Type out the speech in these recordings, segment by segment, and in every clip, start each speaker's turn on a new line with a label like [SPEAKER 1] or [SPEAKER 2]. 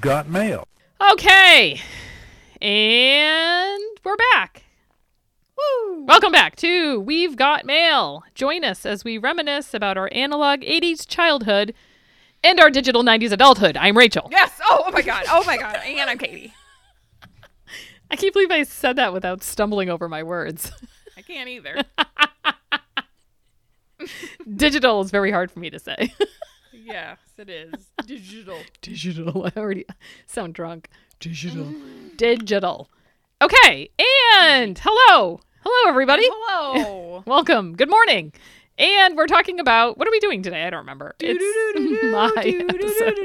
[SPEAKER 1] got mail.
[SPEAKER 2] Okay. And we're back. Woo! Welcome back to We've Got Mail. Join us as we reminisce about our analog 80s childhood and our digital 90s adulthood. I'm Rachel.
[SPEAKER 3] Yes. Oh, oh my God. Oh my God. And I'm Katie.
[SPEAKER 2] I can't believe I said that without stumbling over my words.
[SPEAKER 3] I can't either.
[SPEAKER 2] digital is very hard for me to say.
[SPEAKER 3] yes, it is. Digital.
[SPEAKER 2] digital. I already sound drunk.
[SPEAKER 1] Digital.
[SPEAKER 2] Digital. Okay. And hello. Hello, everybody.
[SPEAKER 3] Hello.
[SPEAKER 2] Welcome. Good morning. And we're talking about what are we doing today? I don't remember. It's my episode.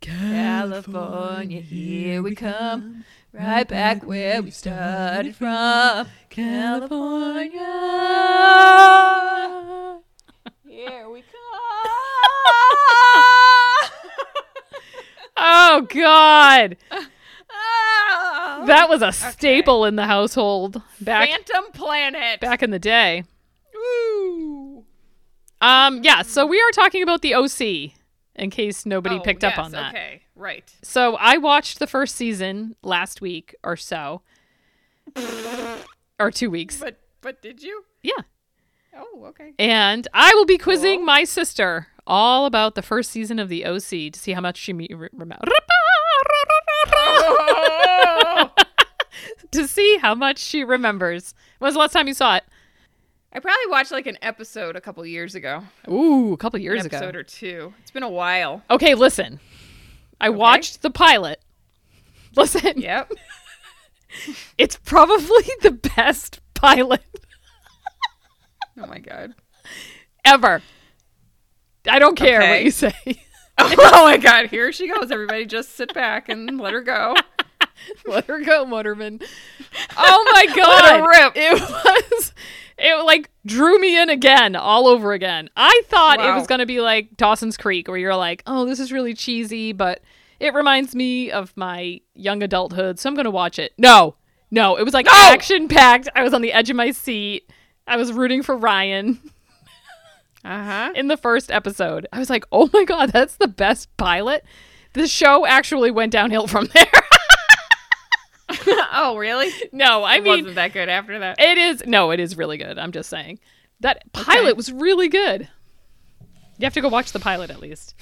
[SPEAKER 3] California, here we come. Right back where we started from. California. Here we Ah. come.
[SPEAKER 2] Oh God,
[SPEAKER 3] Oh. Ah.
[SPEAKER 2] that was a staple in the household back
[SPEAKER 3] Phantom Planet.
[SPEAKER 2] back in the day.
[SPEAKER 3] Ooh.
[SPEAKER 2] Um, yeah. So we are talking about the OC, in case nobody
[SPEAKER 3] Oh,
[SPEAKER 2] picked up
[SPEAKER 3] yes,
[SPEAKER 2] on that.
[SPEAKER 3] Okay, right.
[SPEAKER 2] So I watched the first season last week or so, or two weeks.
[SPEAKER 3] But but did you?
[SPEAKER 2] Yeah.
[SPEAKER 3] Oh, okay.
[SPEAKER 2] And I will be quizzing
[SPEAKER 3] Cool.
[SPEAKER 2] my sister all about the first season of the OC to see how much she remembers.
[SPEAKER 3] Oh.
[SPEAKER 2] to see how much she remembers. When was the last time you saw it?
[SPEAKER 3] I probably watched like an episode a couple years ago.
[SPEAKER 2] Ooh, a couple years
[SPEAKER 3] an
[SPEAKER 2] ago.
[SPEAKER 3] episode or two. It's been a while.
[SPEAKER 2] okay, listen. I watched the pilot. Listen,
[SPEAKER 3] Yep.
[SPEAKER 2] it's probably the best pilot
[SPEAKER 3] oh my god.
[SPEAKER 2] ever. I don't care what
[SPEAKER 3] Okay.
[SPEAKER 2] you say.
[SPEAKER 3] Oh my god, here she goes. Everybody just sit back and let her go.
[SPEAKER 2] Let her go, Motorman. Oh my god.
[SPEAKER 3] rip.
[SPEAKER 2] It was it like drew me in again all over again. I thought it
[SPEAKER 3] Wow.
[SPEAKER 2] was gonna be like Dawson's Creek where you're like, oh, this is really cheesy, but it reminds me of my young adulthood, so I'm gonna watch it. No. No, it was like
[SPEAKER 3] No!
[SPEAKER 2] action packed. I was on the edge of my seat. I was rooting for Ryan
[SPEAKER 3] Uh-huh.
[SPEAKER 2] in the first episode. I was like, oh my god, that's the best pilot. The show actually went downhill from there.
[SPEAKER 3] oh, really?
[SPEAKER 2] no, I
[SPEAKER 3] it
[SPEAKER 2] mean
[SPEAKER 3] wasn't that good after that.
[SPEAKER 2] It is no, it is really good. I'm just saying that pilot was really good. You have to go watch the pilot at least.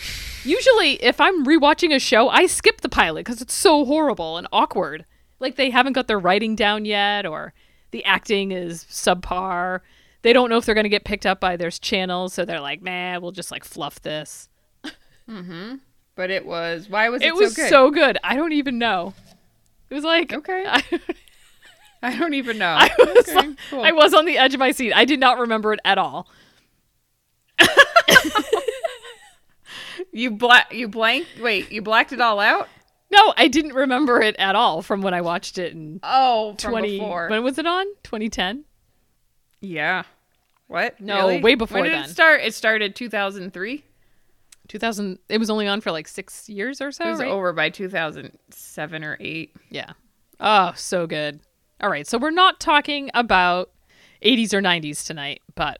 [SPEAKER 2] Usually, if I'm rewatching a show, I skip the pilot because it's so horrible and awkward. Like they haven't got their writing down yet, or the acting is subpar. They don't know if they're going to get picked up by their channels, so they're like, "Nah, we'll just like fluff this."
[SPEAKER 3] But it was why was it,
[SPEAKER 2] it was
[SPEAKER 3] so good?
[SPEAKER 2] so good. I don't even know. It was like
[SPEAKER 3] Okay.
[SPEAKER 2] I-
[SPEAKER 3] I don't even know.
[SPEAKER 2] I was,
[SPEAKER 3] Okay, cool.
[SPEAKER 2] I was on the edge of my seat. I did not remember it at all.
[SPEAKER 3] you bla- you blank wait, you blacked it all out?
[SPEAKER 2] No, I didn't remember it at all from when I watched it in
[SPEAKER 3] Oh, from
[SPEAKER 2] 20.
[SPEAKER 3] before.
[SPEAKER 2] When was it on? 2010?
[SPEAKER 3] Yeah. What?
[SPEAKER 2] No,
[SPEAKER 3] Really?
[SPEAKER 2] way before
[SPEAKER 3] When did
[SPEAKER 2] then.
[SPEAKER 3] it start? It started 2003.
[SPEAKER 2] 2000. It was only on for like six years or so,
[SPEAKER 3] It was
[SPEAKER 2] right?
[SPEAKER 3] over by 2007 or 8.
[SPEAKER 2] Yeah. Oh, so good. All right. So we're not talking about 80s or 90s tonight, but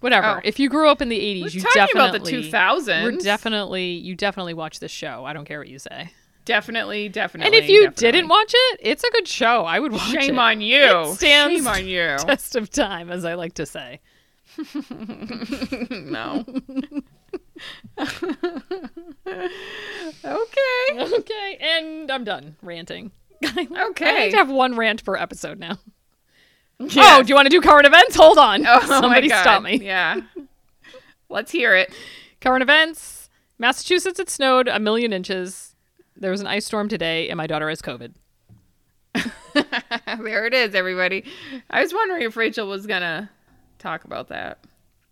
[SPEAKER 2] whatever.
[SPEAKER 3] Oh.
[SPEAKER 2] If you grew up in the 80s,
[SPEAKER 3] We're
[SPEAKER 2] you
[SPEAKER 3] talking about the
[SPEAKER 2] definitely.
[SPEAKER 3] 2000s.
[SPEAKER 2] We're definitely, you definitely watch this show. I don't care what you say.
[SPEAKER 3] definitely, definitely.
[SPEAKER 2] And if you
[SPEAKER 3] definitely.
[SPEAKER 2] didn't watch it, it's a good show. I would watch
[SPEAKER 3] shame
[SPEAKER 2] it.
[SPEAKER 3] on you.
[SPEAKER 2] It stands
[SPEAKER 3] shame on you.
[SPEAKER 2] Test of time, as I like to say.
[SPEAKER 3] no. okay.
[SPEAKER 2] Okay, and I'm done ranting. I
[SPEAKER 3] Okay.
[SPEAKER 2] need to have one rant per episode now.
[SPEAKER 3] Yes.
[SPEAKER 2] Oh, do you want to do current events? Hold on.
[SPEAKER 3] Oh, my
[SPEAKER 2] Somebody
[SPEAKER 3] God.
[SPEAKER 2] stop me.
[SPEAKER 3] Yeah. Let's hear it.
[SPEAKER 2] Current events. Massachusetts, it snowed a million inches. There was an ice storm today, and my daughter has COVID.
[SPEAKER 3] there it is, everybody. I was wondering if Rachel was gonna talk about that.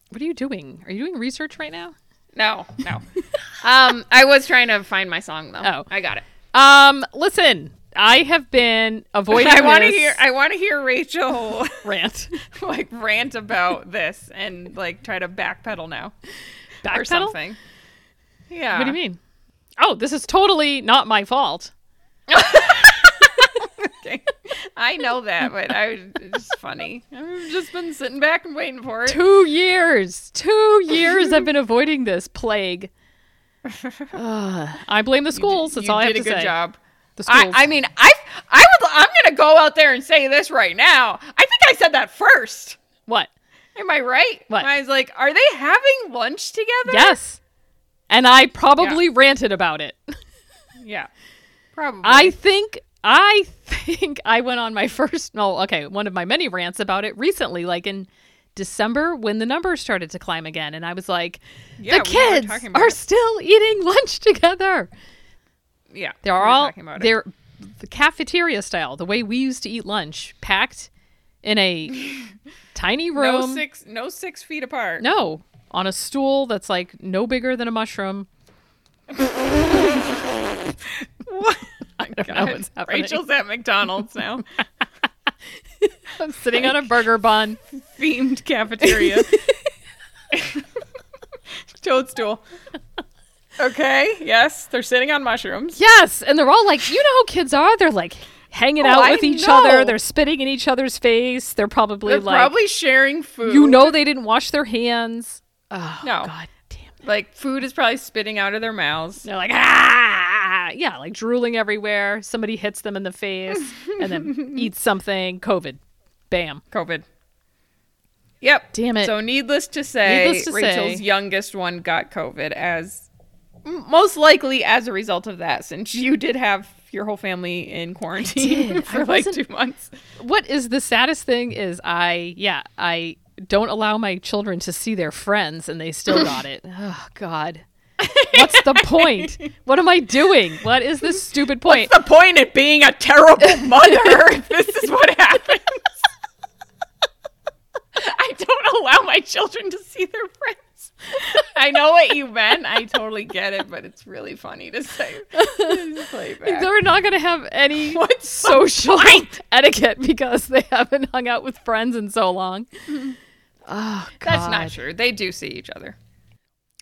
[SPEAKER 2] What are you doing? Are you doing research right now?
[SPEAKER 3] No, no. um, I was trying to find my song though.
[SPEAKER 2] Oh.
[SPEAKER 3] I got it.
[SPEAKER 2] Um, listen, I have been avoiding
[SPEAKER 3] I want to
[SPEAKER 2] this
[SPEAKER 3] hear. I want to hear Rachel
[SPEAKER 2] rant.
[SPEAKER 3] like rant about this and like try to backpedal now or
[SPEAKER 2] Backpedal? What
[SPEAKER 3] something. Yeah.
[SPEAKER 2] do you mean? Oh, this is totally not my fault.
[SPEAKER 3] Okay. I know that, but I it's funny. I've just been sitting back and waiting for it.
[SPEAKER 2] Two years. Two years I've been avoiding this plague. I blame the schools. That's
[SPEAKER 3] you
[SPEAKER 2] all I have
[SPEAKER 3] did
[SPEAKER 2] to
[SPEAKER 3] a good
[SPEAKER 2] say.
[SPEAKER 3] job.
[SPEAKER 2] The schools.
[SPEAKER 3] I, I mean, I, I would, I'm gonna go out there and say this right now. I think I said that first.
[SPEAKER 2] what?
[SPEAKER 3] Am I right?
[SPEAKER 2] What?
[SPEAKER 3] I was like, are they having lunch together?
[SPEAKER 2] Yes. And I probably ranted about it.
[SPEAKER 3] Yeah. Probably.
[SPEAKER 2] I think I think I went on my first no, okay, one of my many rants about it recently, like in December when the numbers started to climb again, and I was like,
[SPEAKER 3] Yeah,
[SPEAKER 2] the
[SPEAKER 3] we were
[SPEAKER 2] kids
[SPEAKER 3] talking about
[SPEAKER 2] are
[SPEAKER 3] it.
[SPEAKER 2] still eating lunch together.
[SPEAKER 3] yeah.
[SPEAKER 2] They're
[SPEAKER 3] we were
[SPEAKER 2] all
[SPEAKER 3] talking about it.
[SPEAKER 2] they're the cafeteria style, the way we used to eat lunch, packed in a tiny room.
[SPEAKER 3] no six, no six feet apart.
[SPEAKER 2] No, on a stool that's like no bigger than a mushroom.
[SPEAKER 3] What?
[SPEAKER 2] I don't know what's happening.
[SPEAKER 3] Rachel's at McDonald's now.
[SPEAKER 2] I'm sitting on a burger bun.
[SPEAKER 3] Themed cafeteria. Toadstool. Okay. Yes, they're sitting on mushrooms.
[SPEAKER 2] Yes, and they're all like, you know how kids are. They're like hanging out
[SPEAKER 3] Oh, I
[SPEAKER 2] with each
[SPEAKER 3] know.
[SPEAKER 2] other. They're spitting in each other's face. They're probably
[SPEAKER 3] They're
[SPEAKER 2] like,
[SPEAKER 3] probably sharing food.
[SPEAKER 2] you know, they didn't wash their hands. Oh
[SPEAKER 3] No.
[SPEAKER 2] God damn. it.
[SPEAKER 3] like food is probably spitting out of their mouths.
[SPEAKER 2] They're like, ah, yeah, like drooling everywhere. Somebody hits them in the face and then eats something. COVID, bam.
[SPEAKER 3] COVID. Yep.
[SPEAKER 2] Damn it.
[SPEAKER 3] So needless to say,
[SPEAKER 2] Needless to
[SPEAKER 3] Rachel's
[SPEAKER 2] say-
[SPEAKER 3] youngest one got COVID as m- most likely as a result of that, since you did have your whole family in quarantine
[SPEAKER 2] did.
[SPEAKER 3] for
[SPEAKER 2] I
[SPEAKER 3] like two
[SPEAKER 2] wasn't-
[SPEAKER 3] months.
[SPEAKER 2] what is the saddest thing is I yeah I don't allow my children to see their friends and they still got it. Oh God, what's the point? What am I doing? What is this stupid point?
[SPEAKER 3] The point of being a terrible mother. if this is what happens. I don't allow my children to see their friends. I know what you meant. I totally get it, but it's really funny to say. Just play back.
[SPEAKER 2] They're not going to have any
[SPEAKER 3] What's the
[SPEAKER 2] social etiquette because they haven't hung out with friends in so long. Oh, God.
[SPEAKER 3] That's not true. They do see each other.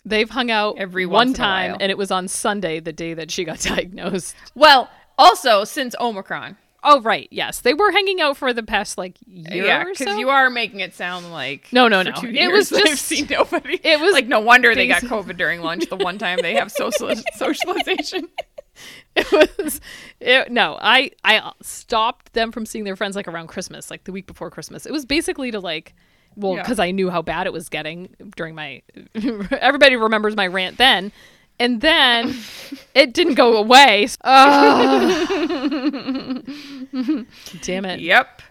[SPEAKER 2] They've hung out
[SPEAKER 3] Every once
[SPEAKER 2] one
[SPEAKER 3] in a
[SPEAKER 2] time,
[SPEAKER 3] while.
[SPEAKER 2] and it was on Sunday, the day that she got diagnosed.
[SPEAKER 3] Well, also since Omicron.
[SPEAKER 2] Oh, right. Yes. They were hanging out for the past like year
[SPEAKER 3] yeah,
[SPEAKER 2] or
[SPEAKER 3] because
[SPEAKER 2] so.
[SPEAKER 3] you are making it sound like
[SPEAKER 2] No, no,
[SPEAKER 3] for
[SPEAKER 2] no.
[SPEAKER 3] Two
[SPEAKER 2] It
[SPEAKER 3] years
[SPEAKER 2] was
[SPEAKER 3] they've
[SPEAKER 2] just-
[SPEAKER 3] seen nobody.
[SPEAKER 2] it was
[SPEAKER 3] like no wonder they got
[SPEAKER 2] these-
[SPEAKER 3] COVID during lunch. The one time they have social socialization.
[SPEAKER 2] it was it, no i i stopped them from seeing their friends like around christmas like the week before christmas it was basically to like well
[SPEAKER 3] Yeah.
[SPEAKER 2] because i knew how bad it was getting during my everybody remembers my rant then and then it didn't go away so- Ugh. damn it
[SPEAKER 3] Yep,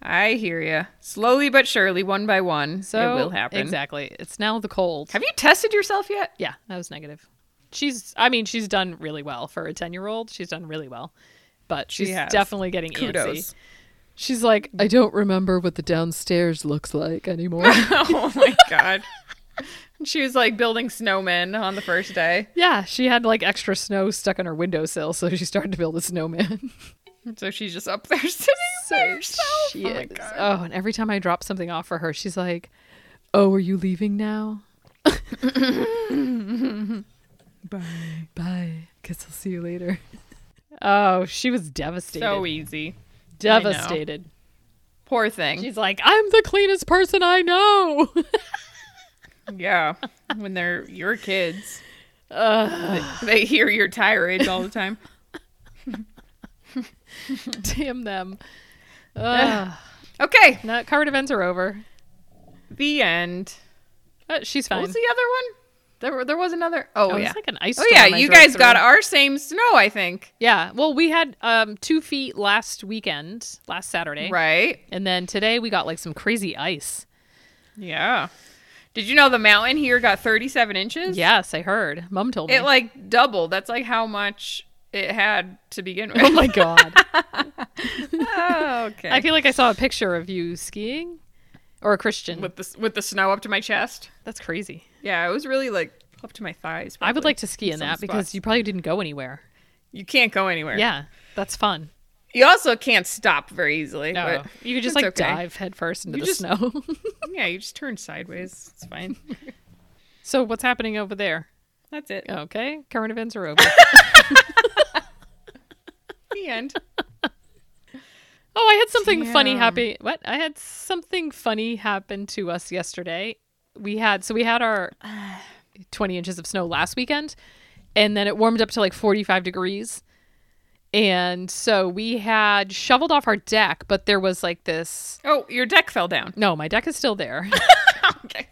[SPEAKER 3] I hear you. Slowly but surely, one by one,
[SPEAKER 2] so
[SPEAKER 3] it will happen.
[SPEAKER 2] exactly it's now the cold
[SPEAKER 3] Have you tested yourself yet?
[SPEAKER 2] yeah that was negative she's i mean she's done really well for a 10 year old she's done really well but she's
[SPEAKER 3] has.
[SPEAKER 2] definitely getting antsy
[SPEAKER 3] Kudos.
[SPEAKER 2] She's like, I don't remember what the downstairs looks like anymore.
[SPEAKER 3] oh my god. She was like building snowmen on the first day.
[SPEAKER 2] yeah, she had like extra snow stuck on her windowsill, so she started to build a snowman.
[SPEAKER 3] So she's just up there sitting by herself.
[SPEAKER 2] She
[SPEAKER 3] oh my
[SPEAKER 2] is-
[SPEAKER 3] god.
[SPEAKER 2] oh, and every time I drop something off for her, she's like, Oh, are you leaving now? Bye. Bye. Guess I'll see you later. Oh, she was devastated.
[SPEAKER 3] So easy.
[SPEAKER 2] devastated.
[SPEAKER 3] Poor thing.
[SPEAKER 2] She's like, I'm the cleanest person I know.
[SPEAKER 3] Yeah, when they're your kids, they, they hear your tirades all the time.
[SPEAKER 2] Damn them. Ugh.
[SPEAKER 3] Okay,
[SPEAKER 2] now, current events are over.
[SPEAKER 3] the end.
[SPEAKER 2] Uh, she's
[SPEAKER 3] What
[SPEAKER 2] fine.
[SPEAKER 3] was the other one? There, there was another. Oh,
[SPEAKER 2] Oh,
[SPEAKER 3] yeah.
[SPEAKER 2] It's like an ice.
[SPEAKER 3] oh yeah,
[SPEAKER 2] storm I
[SPEAKER 3] you
[SPEAKER 2] drove
[SPEAKER 3] guys got
[SPEAKER 2] through.
[SPEAKER 3] our same snow, I think.
[SPEAKER 2] Yeah. Well, we had um two feet last weekend, last Saturday,
[SPEAKER 3] Right?
[SPEAKER 2] And then today we got like some crazy ice.
[SPEAKER 3] Yeah. Did you know the mountain here got 37 inches?
[SPEAKER 2] Yes, I heard. Mom told me.
[SPEAKER 3] It like doubled. That's like how much it had to begin
[SPEAKER 2] oh
[SPEAKER 3] with.
[SPEAKER 2] my god!
[SPEAKER 3] oh, okay.
[SPEAKER 2] I feel like I saw a picture of you skiing, or a Christian.
[SPEAKER 3] with the s- with the snow up to my chest.
[SPEAKER 2] That's crazy.
[SPEAKER 3] Yeah, it was really like up to my thighs.
[SPEAKER 2] I would
[SPEAKER 3] probably.
[SPEAKER 2] like to ski in
[SPEAKER 3] Some
[SPEAKER 2] that because
[SPEAKER 3] spots.
[SPEAKER 2] you probably didn't go anywhere.
[SPEAKER 3] you can't go anywhere.
[SPEAKER 2] Yeah, that's fun.
[SPEAKER 3] You also can't stop very easily.
[SPEAKER 2] No,
[SPEAKER 3] but
[SPEAKER 2] you could just
[SPEAKER 3] it's
[SPEAKER 2] like
[SPEAKER 3] okay.
[SPEAKER 2] dive headfirst into
[SPEAKER 3] You
[SPEAKER 2] the
[SPEAKER 3] just-
[SPEAKER 2] snow.
[SPEAKER 3] Yeah, you just turn sideways. It's fine.
[SPEAKER 2] so what's happening over there?
[SPEAKER 3] That's it.
[SPEAKER 2] Okay, current events are over.
[SPEAKER 3] The end.
[SPEAKER 2] Oh, I had something funny
[SPEAKER 3] Damn.
[SPEAKER 2] happen. What? I had something funny happen to us yesterday. We had so we had our 20 inches of snow last weekend, and then it warmed up to like 45 degrees. And so we had shoveled off our deck, but there was like this.
[SPEAKER 3] Oh, your deck fell down.
[SPEAKER 2] No, my deck is still there.
[SPEAKER 3] Okay.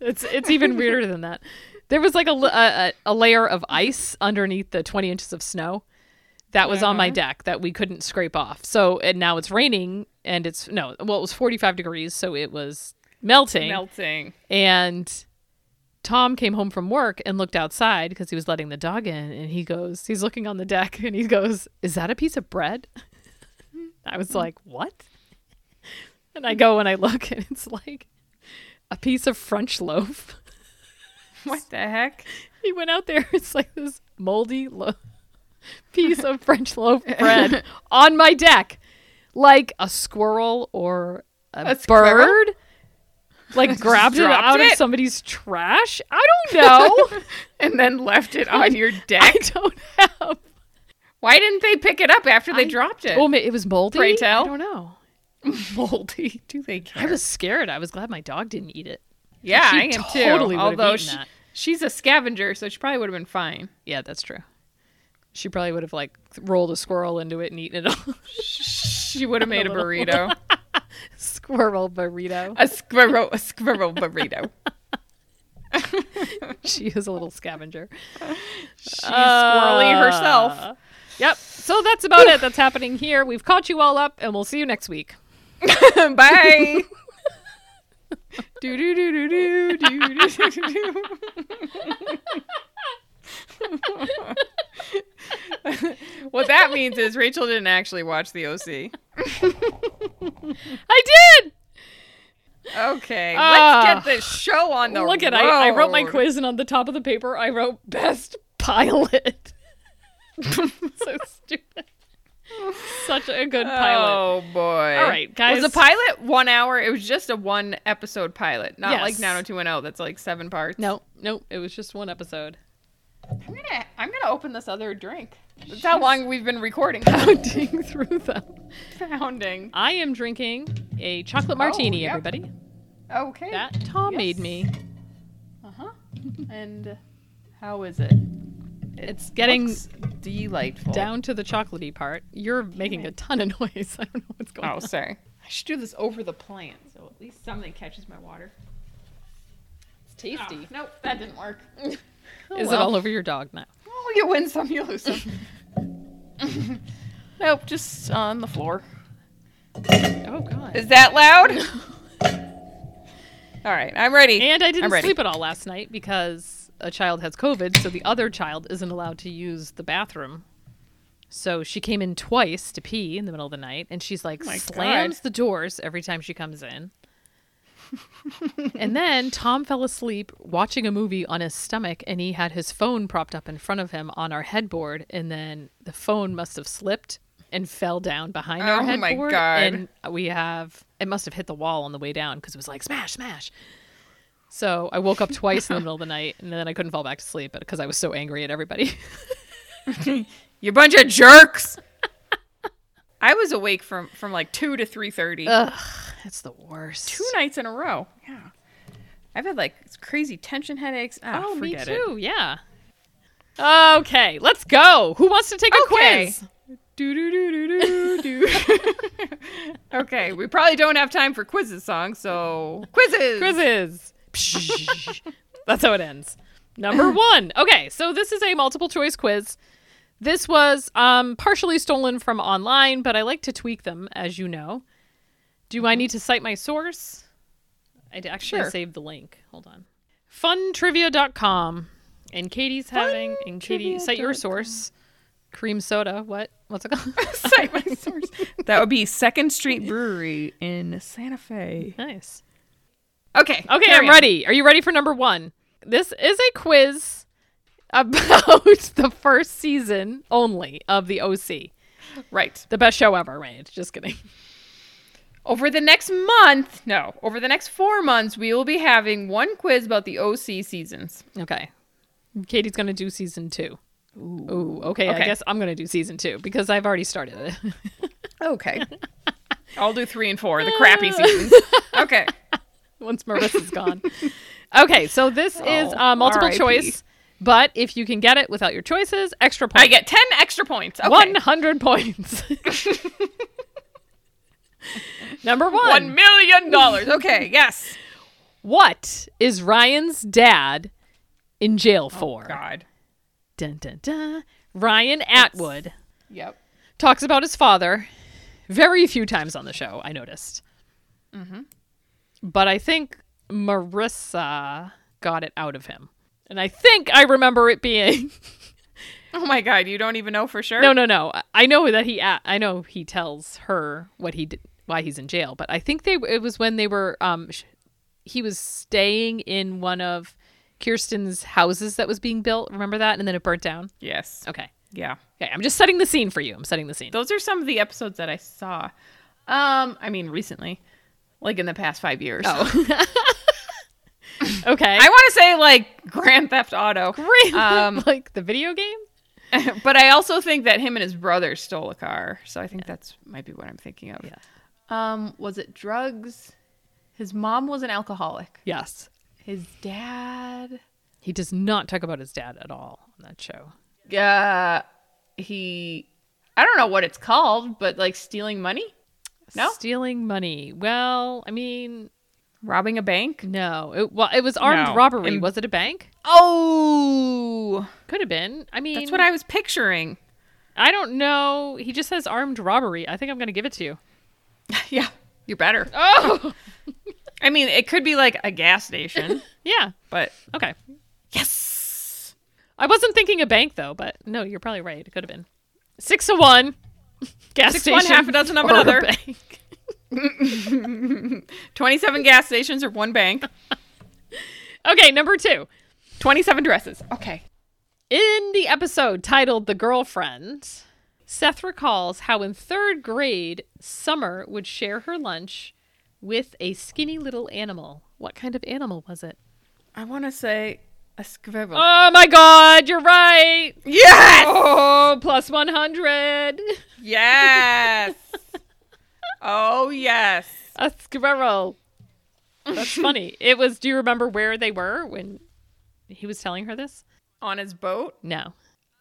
[SPEAKER 2] It's it's even weirder than that. There was like a, l- a- a- a layer of ice underneath the 20 inches of snow that was on my deck that we couldn't scrape off. So and now it's raining and it's no, well it was 45 degrees, so it was melting.
[SPEAKER 3] Melting.
[SPEAKER 2] And Tom came home from work and looked outside because he was letting the dog in. And he goes, he's looking on the deck and he goes, Is that a piece of bread? I was like, What? And I go and I look and it's like a piece of French loaf.
[SPEAKER 3] What the heck?
[SPEAKER 2] He went out there, it's like this moldy loaf, piece of French loaf bread on my deck, like a squirrel or a,
[SPEAKER 3] A squirrel?
[SPEAKER 2] bird like grabbed it
[SPEAKER 3] dropped
[SPEAKER 2] out of
[SPEAKER 3] it?
[SPEAKER 2] somebody's trash. I don't know.
[SPEAKER 3] And then left it on your deck.
[SPEAKER 2] I don't have.
[SPEAKER 3] Why didn't they pick it up after they
[SPEAKER 2] I
[SPEAKER 3] dropped it?
[SPEAKER 2] Oh, ma- it was moldy.
[SPEAKER 3] Pray tell.
[SPEAKER 2] I don't know.
[SPEAKER 3] moldy. Do they care?
[SPEAKER 2] I was scared. I was glad my dog didn't eat it.
[SPEAKER 3] yeah,
[SPEAKER 2] she
[SPEAKER 3] I am
[SPEAKER 2] totally
[SPEAKER 3] too.
[SPEAKER 2] would've
[SPEAKER 3] Although
[SPEAKER 2] eaten that.
[SPEAKER 3] she's a scavenger, so she probably would have been fine.
[SPEAKER 2] Yeah, that's true. She probably would have like rolled a squirrel into it and eaten it all.
[SPEAKER 3] She would have made a burrito.
[SPEAKER 2] squirrel burrito.
[SPEAKER 3] a squirrel, a squirrel burrito.
[SPEAKER 2] She is a little scavenger.
[SPEAKER 3] She's squirrely herself.
[SPEAKER 2] Yep. So that's about it. That's happening here. We've caught you all up, and we'll see you next week.
[SPEAKER 3] Bye. do do do do do do do do. what that means is Rachel didn't actually watch the OC.
[SPEAKER 2] I did.
[SPEAKER 3] Okay,
[SPEAKER 2] Ah.
[SPEAKER 3] let's get this show on the
[SPEAKER 2] Look at I, I wrote my
[SPEAKER 3] road.
[SPEAKER 2] quiz, and on the top of the paper, I wrote best pilot. so stupid. Such a good pilot.
[SPEAKER 3] Oh boy!
[SPEAKER 2] All right, guys.
[SPEAKER 3] Was the pilot one hour? It was just a one episode pilot, not like
[SPEAKER 2] Yes.
[SPEAKER 3] 90210. That's like seven parts.
[SPEAKER 2] No, no, it was just one episode.
[SPEAKER 3] I'm gonna I'm gonna open this other drink. That's how long we've been recording.
[SPEAKER 2] Pounding through them.
[SPEAKER 3] Pounding.
[SPEAKER 2] I am drinking a chocolate martini,
[SPEAKER 3] yep.
[SPEAKER 2] everybody.
[SPEAKER 3] Oh, Okay.
[SPEAKER 2] That Tom
[SPEAKER 3] Yes.
[SPEAKER 2] made me.
[SPEAKER 3] Uh huh. and how is it? It
[SPEAKER 2] It's getting
[SPEAKER 3] looks delightful.
[SPEAKER 2] down to the chocolatey part. You're making a ton of noise. I don't know what's going
[SPEAKER 3] Oh,
[SPEAKER 2] on.
[SPEAKER 3] sorry. I should do this over the plant, so at least something catches my water.
[SPEAKER 2] It's tasty. Oh,
[SPEAKER 3] Oh, nope, that didn't work. Oh,
[SPEAKER 2] Is it
[SPEAKER 3] well.
[SPEAKER 2] all over your dog now?
[SPEAKER 3] Oh, you win some, you lose some. nope, just on the floor.
[SPEAKER 2] Oh god.
[SPEAKER 3] Is that loud? All right, I'm ready.
[SPEAKER 2] And I didn't
[SPEAKER 3] ready.
[SPEAKER 2] sleep at all last night because a child has COVID, so the other child isn't allowed to use the bathroom. So she came in twice to pee in the middle of the night, and she's like
[SPEAKER 3] my
[SPEAKER 2] slams the doors every time she comes in. and then Tom fell asleep watching a movie on his stomach, and he had his phone propped up in front of him on our headboard, and then the phone must have slipped and fell down behind our
[SPEAKER 3] Oh my
[SPEAKER 2] headboard.
[SPEAKER 3] God.
[SPEAKER 2] And we have it must have hit the wall on the way down because it was like smash, smash. So I woke up twice in the middle of the night, and then I couldn't fall back to sleep because I was so angry at everybody.
[SPEAKER 3] You bunch of jerks. I was awake from from like two to three thirty,
[SPEAKER 2] That's the worst.
[SPEAKER 3] Uh, two nights in a row. Yeah, I've had like crazy tension headaches. Ah,
[SPEAKER 2] oh, me
[SPEAKER 3] forget it.
[SPEAKER 2] too. Yeah. Okay, let's go. Who wants to take a
[SPEAKER 3] Okay.
[SPEAKER 2] quiz? Do do do do do do.
[SPEAKER 3] Okay, we probably don't have time for quizzes songs, so quizzes.
[SPEAKER 2] Quizzes. Psh. That's how it ends. Number one. Okay, so this is a multiple choice quiz. This was um, partially stolen from online, but I like to tweak them, as you know. Do I need to cite my source? I d- actually
[SPEAKER 3] Sure.
[SPEAKER 2] saved the link. Hold on. Funtrivia.com. And Katie's having, and Katie, cite your source. Cream soda. What? What's it called?
[SPEAKER 3] Cite my source. That would be Second Street Brewery in Santa Fe.
[SPEAKER 2] nice.
[SPEAKER 3] Okay,
[SPEAKER 2] Okay,
[SPEAKER 3] carry
[SPEAKER 2] I'm
[SPEAKER 3] on.
[SPEAKER 2] ready. Are you ready for number one? This is a quiz about the first season only of the OC.
[SPEAKER 3] Right.
[SPEAKER 2] The best show ever, right? Just kidding.
[SPEAKER 3] Over the next month, no, over the next four months, we will be having one quiz about the OC seasons.
[SPEAKER 2] Okay. Katie's going to do season two. Ooh. okay, I
[SPEAKER 3] Okay.
[SPEAKER 2] guess I'm going to do season two because I've already started it.
[SPEAKER 3] Okay. Uh. I'll do three and four, the crappy seasons. Okay.
[SPEAKER 2] once Marissa's gone. Okay, so this is
[SPEAKER 3] Oh,
[SPEAKER 2] uh, multiple
[SPEAKER 3] RIP.
[SPEAKER 2] choice. But if you can get it without your choices, extra points.
[SPEAKER 3] I get 10 extra points. Okay.
[SPEAKER 2] 100 points. Number one.
[SPEAKER 3] One million dollars. Okay, yes.
[SPEAKER 2] What is Ryan's dad in jail for?
[SPEAKER 3] God.
[SPEAKER 2] Dun, dun, dun. Ryan Atwood
[SPEAKER 3] Yep.
[SPEAKER 2] talks about his father very few times on the show, I noticed. But I think Marissa got it out of him. And I think I remember it being
[SPEAKER 3] Oh my God. You don't even know for sure?
[SPEAKER 2] No, no, no. I- I know that he. a- I know he tells her what he did, why he's in jail. But I think they. It was when they were. Um, sh- he was staying in one of Kirsten's houses that was being built. Remember that? And then it burnt down.
[SPEAKER 3] Yes.
[SPEAKER 2] Okay.
[SPEAKER 3] Yeah.
[SPEAKER 2] Okay. I'm just setting the scene for you. I'm setting the scene.
[SPEAKER 3] Those are some of the episodes that I saw. Um, I mean, recently, like in the past five years.
[SPEAKER 2] Oh. okay.
[SPEAKER 3] I want to say like Grand Theft Auto.
[SPEAKER 2] Great.
[SPEAKER 3] Um,
[SPEAKER 2] like the video game.
[SPEAKER 3] but I also think that him and his brother stole a car. So I think that's might be what I'm thinking of.
[SPEAKER 2] Yeah.
[SPEAKER 3] Um, was it drugs? His mom was an alcoholic.
[SPEAKER 2] Yes.
[SPEAKER 3] His dad.
[SPEAKER 2] He does not talk about his dad at all on that show.
[SPEAKER 3] Uh, he. I don't know what it's called, but like stealing money, No?
[SPEAKER 2] Stealing money. Well, I mean,
[SPEAKER 3] robbing a bank.
[SPEAKER 2] no. It, well, it was armed
[SPEAKER 3] No.
[SPEAKER 2] robbery.
[SPEAKER 3] Im-
[SPEAKER 2] was it a bank?
[SPEAKER 3] Oh,
[SPEAKER 2] Could have been. I mean,
[SPEAKER 3] that's what I was picturing.
[SPEAKER 2] I don't know. He just says armed robbery. I think I'm going to give it to you.
[SPEAKER 3] yeah, you're better.
[SPEAKER 2] Oh,
[SPEAKER 3] I mean, it could be like a gas station,
[SPEAKER 2] yeah.
[SPEAKER 3] but
[SPEAKER 2] Okay.
[SPEAKER 3] yes.
[SPEAKER 2] I wasn't thinking a bank though, but no, you're probably right. It could have been six to one. Gas
[SPEAKER 3] Six of
[SPEAKER 2] station.
[SPEAKER 3] one, half a dozen of
[SPEAKER 2] or a
[SPEAKER 3] another.
[SPEAKER 2] bank.
[SPEAKER 3] 27 gas stations or one bank,
[SPEAKER 2] Okay, number two.
[SPEAKER 3] 27 dresses. Okay.
[SPEAKER 2] In the episode titled "The Girlfriend," Seth recalls how in third grade, Summer would share her lunch with a skinny little animal. What kind of animal was it?
[SPEAKER 3] I want to say a scribble.
[SPEAKER 2] Oh my God! You're right.
[SPEAKER 3] yes!
[SPEAKER 2] Oh, plus one hundred.
[SPEAKER 3] Yes! oh, yes.
[SPEAKER 2] A squirrel. That's funny. It was. Do you remember where they were when he was telling her this?
[SPEAKER 3] On his boat.
[SPEAKER 2] No,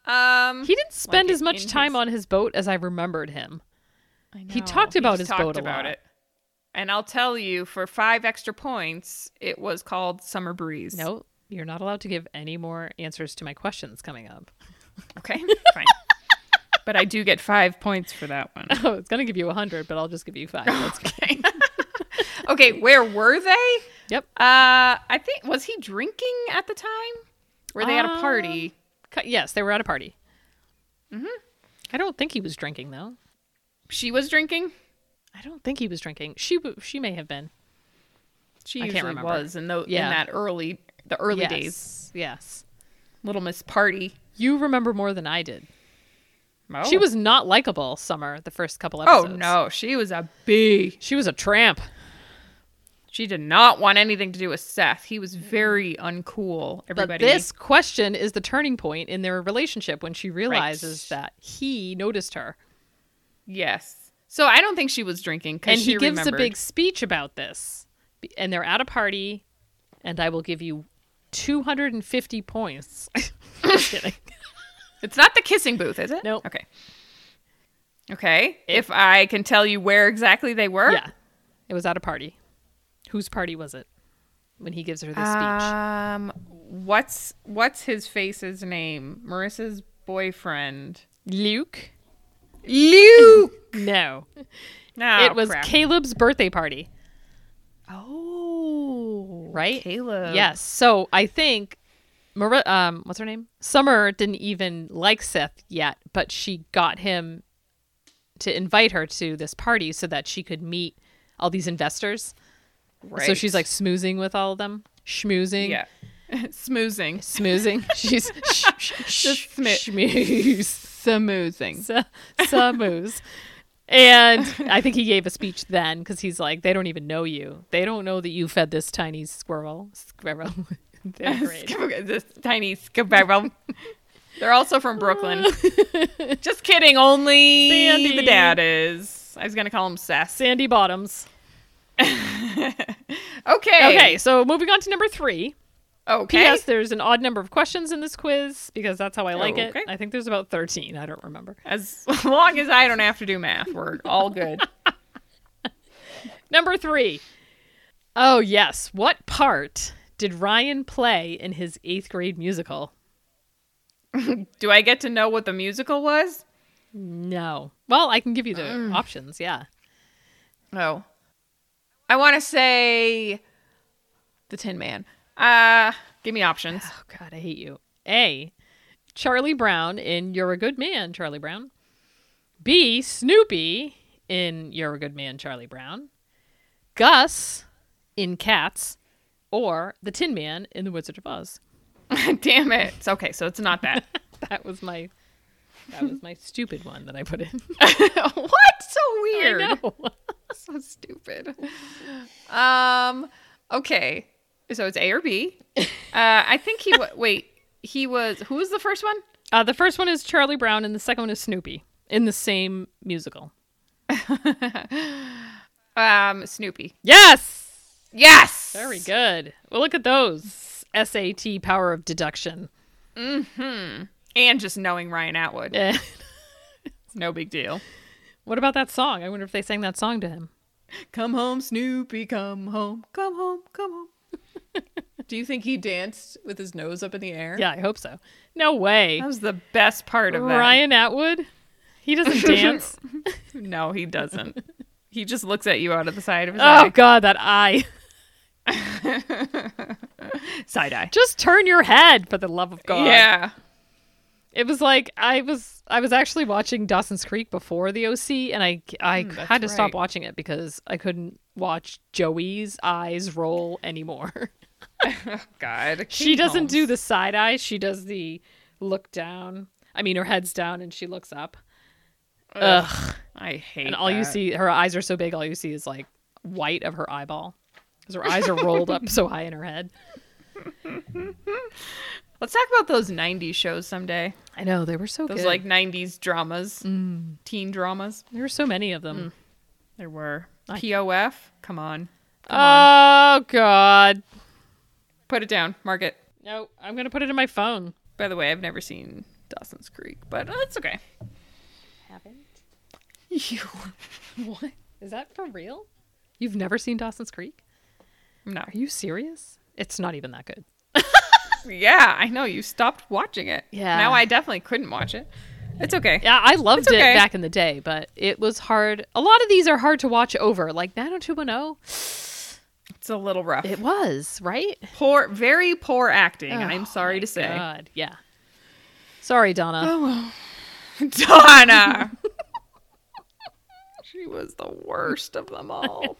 [SPEAKER 3] Um,
[SPEAKER 2] he didn't spend
[SPEAKER 3] Like
[SPEAKER 2] as much
[SPEAKER 3] in
[SPEAKER 2] time
[SPEAKER 3] his-
[SPEAKER 2] on his boat as I remembered him.
[SPEAKER 3] I
[SPEAKER 2] he
[SPEAKER 3] know.
[SPEAKER 2] talked about
[SPEAKER 3] just
[SPEAKER 2] his
[SPEAKER 3] talked
[SPEAKER 2] boat a
[SPEAKER 3] about
[SPEAKER 2] lot.
[SPEAKER 3] it. And I'll tell you, for five extra points, it was called Summer Breeze.
[SPEAKER 2] No, you're not allowed to give any more answers to my questions coming up.
[SPEAKER 3] Okay, fine. but I do get five points for that one.
[SPEAKER 2] Oh, it's gonna give you a hundred, but I'll just give you five. That's good.
[SPEAKER 3] Okay. okay, where were they?
[SPEAKER 2] Yep.
[SPEAKER 3] Uh, I think was he drinking at the time? Were they at a
[SPEAKER 2] Um,
[SPEAKER 3] party?
[SPEAKER 2] Cu- Yes, they were at a party. Mm-hmm. I don't think he was drinking though.
[SPEAKER 3] She was drinking.
[SPEAKER 2] I don't think he was drinking. She w- she may have been.
[SPEAKER 3] She
[SPEAKER 2] I can't
[SPEAKER 3] usually
[SPEAKER 2] remember.
[SPEAKER 3] was in the
[SPEAKER 2] Yeah.
[SPEAKER 3] in that early the early
[SPEAKER 2] yes.
[SPEAKER 3] days.
[SPEAKER 2] Yes.
[SPEAKER 3] Little Miss Party.
[SPEAKER 2] You remember more than I did.
[SPEAKER 3] Oh.
[SPEAKER 2] She was not likable, Summer, the first couple
[SPEAKER 3] Oh
[SPEAKER 2] episodes.
[SPEAKER 3] no, she was a bee.
[SPEAKER 2] She was a tramp.
[SPEAKER 3] She did not want anything to do with Seth. He was very uncool. Everybody.
[SPEAKER 2] But this question is the turning point in their relationship when she realizes that he noticed her.
[SPEAKER 3] Yes. So I don't think she was drinking because
[SPEAKER 2] And
[SPEAKER 3] she
[SPEAKER 2] he gives
[SPEAKER 3] remembered.
[SPEAKER 2] a big speech about this. B- And they're at a party, and I will give you 250 points. Just kidding.
[SPEAKER 3] It's not the kissing booth, is it?
[SPEAKER 2] Nope.
[SPEAKER 3] Okay. Okay. if I can tell you where exactly they were.
[SPEAKER 2] yeah. It was at a party. Whose party was it when he gives her the speech?
[SPEAKER 3] Um, what's what's his face's name? Marissa's boyfriend,
[SPEAKER 2] Luke?
[SPEAKER 3] Luke.
[SPEAKER 2] No.
[SPEAKER 3] no,
[SPEAKER 2] it was
[SPEAKER 3] crap.
[SPEAKER 2] Caleb's birthday party.
[SPEAKER 3] oh,
[SPEAKER 2] Right?
[SPEAKER 3] Caleb.
[SPEAKER 2] Yes. So I think Mar- um what's her name? Summer didn't even like Seth yet, but she got him to invite her to this party so that she could meet all these investors.
[SPEAKER 3] Right.
[SPEAKER 2] So she's like smoozing with all of them. Schmoozing.
[SPEAKER 3] yeah, smoozing,
[SPEAKER 2] Smoozing. She's sh- sh- sh-
[SPEAKER 3] smi-
[SPEAKER 2] schmooze.
[SPEAKER 3] smoozing.
[SPEAKER 2] S- Smooze. And I think he gave a speech then because he's like, they don't even know you. They don't know that you fed this tiny squirrel. Squirrel. They're great.
[SPEAKER 3] this tiny scabarrow. They're also from Brooklyn. Just kidding. Only
[SPEAKER 2] Sandy.
[SPEAKER 3] the dad is. I was gonna call him Seth.
[SPEAKER 2] Sandy Bottoms.
[SPEAKER 3] Okay.
[SPEAKER 2] Okay, so moving on to number three.
[SPEAKER 3] Okay.
[SPEAKER 2] P.S. There's an odd number of questions in this quiz because that's how I like
[SPEAKER 3] Oh, okay.
[SPEAKER 2] it. I think there's about 13. I don't remember.
[SPEAKER 3] As long as I don't have to do math, we're all good.
[SPEAKER 2] Number three. Oh, yes. What part did Ryan play in his eighth grade musical?
[SPEAKER 3] do I get to know what the musical was?
[SPEAKER 2] No. Well, I can give you the
[SPEAKER 3] Mm.
[SPEAKER 2] options. Yeah.
[SPEAKER 3] No. Oh. I want to say the Tin Man. Uh, give me options.
[SPEAKER 2] Oh, God, I hate you. A. Charlie Brown in You're a Good Man, Charlie Brown. B. Snoopy in You're a Good Man, Charlie Brown. Gus in Cats. Or The Tin Man in The Wizard of Oz.
[SPEAKER 3] Damn it. It's okay, so it's not that.
[SPEAKER 2] That was my. That was my stupid one that I put in.
[SPEAKER 3] what? So weird.
[SPEAKER 2] I know.
[SPEAKER 3] So stupid. Um, okay. So it's A or B. Uh, I think he was. wait, he was. Who was the first one?
[SPEAKER 2] Uh, the first one is Charlie Brown, and the second one is Snoopy in the same musical.
[SPEAKER 3] Um, Snoopy.
[SPEAKER 2] Yes,
[SPEAKER 3] Yes.
[SPEAKER 2] very good. Well, look at those SAT power of deduction.
[SPEAKER 3] And just knowing Ryan Atwood.
[SPEAKER 2] Eh.
[SPEAKER 3] It's no big deal.
[SPEAKER 2] what about that song? I wonder if they sang that song to him.
[SPEAKER 3] Come home, Snoopy. Come home. Come home. Come home. Do you think he danced with his nose up in the air?
[SPEAKER 2] Yeah, I hope so. No way,
[SPEAKER 3] That was the best part of that.
[SPEAKER 2] Ryan Atwood. He doesn't dance.
[SPEAKER 3] No, he doesn't. he just looks at you out of the side of his
[SPEAKER 2] oh
[SPEAKER 3] eye.
[SPEAKER 2] God, that eye!
[SPEAKER 3] Side eye.
[SPEAKER 2] Just turn your head for the love of God.
[SPEAKER 3] Yeah.
[SPEAKER 2] It was like I was I was actually watching Dawson's Creek before the OC, and I I
[SPEAKER 3] that's
[SPEAKER 2] had to stop
[SPEAKER 3] right.
[SPEAKER 2] watching it because I couldn't watch Joey's eyes roll anymore.
[SPEAKER 3] God.
[SPEAKER 2] she doesn't do the side eye; she does the look down. I mean, her head's down and she looks up. Ugh!
[SPEAKER 3] I hate
[SPEAKER 2] and all you
[SPEAKER 3] that.
[SPEAKER 2] see, her eyes are so big, all you see is like white of her eyeball because her eyes are rolled up so high in her head.
[SPEAKER 3] Let's talk about those 90s shows someday.
[SPEAKER 2] I know they were so
[SPEAKER 3] Those
[SPEAKER 2] good.
[SPEAKER 3] like 90s dramas, teen dramas.
[SPEAKER 2] there were so many of them.
[SPEAKER 3] There were. POF. Come on.
[SPEAKER 2] oh God!
[SPEAKER 3] Put it down. Mark it.
[SPEAKER 2] No, I'm gonna put it in my phone.
[SPEAKER 3] By the way, I've never seen Dawson's Creek, but that's okay.
[SPEAKER 2] Haven't.
[SPEAKER 3] You.
[SPEAKER 2] What? Is that for real? You've never seen Dawson's Creek?
[SPEAKER 3] No.
[SPEAKER 2] Are you serious? It's not even that good.
[SPEAKER 3] Yeah, I know. You stopped watching it.
[SPEAKER 2] Yeah.
[SPEAKER 3] Now I definitely couldn't watch it. It's okay.
[SPEAKER 2] Yeah, I loved
[SPEAKER 3] It's okay.
[SPEAKER 2] it back in the day, but it was hard. A lot of these are hard to watch over, like 90210.
[SPEAKER 3] It's a little rough.
[SPEAKER 2] It was, right?
[SPEAKER 3] poor, very poor acting.
[SPEAKER 2] Oh,
[SPEAKER 3] I'm sorry to say.
[SPEAKER 2] God, yeah. Sorry, Donna.
[SPEAKER 3] Donna. she was the worst of them all.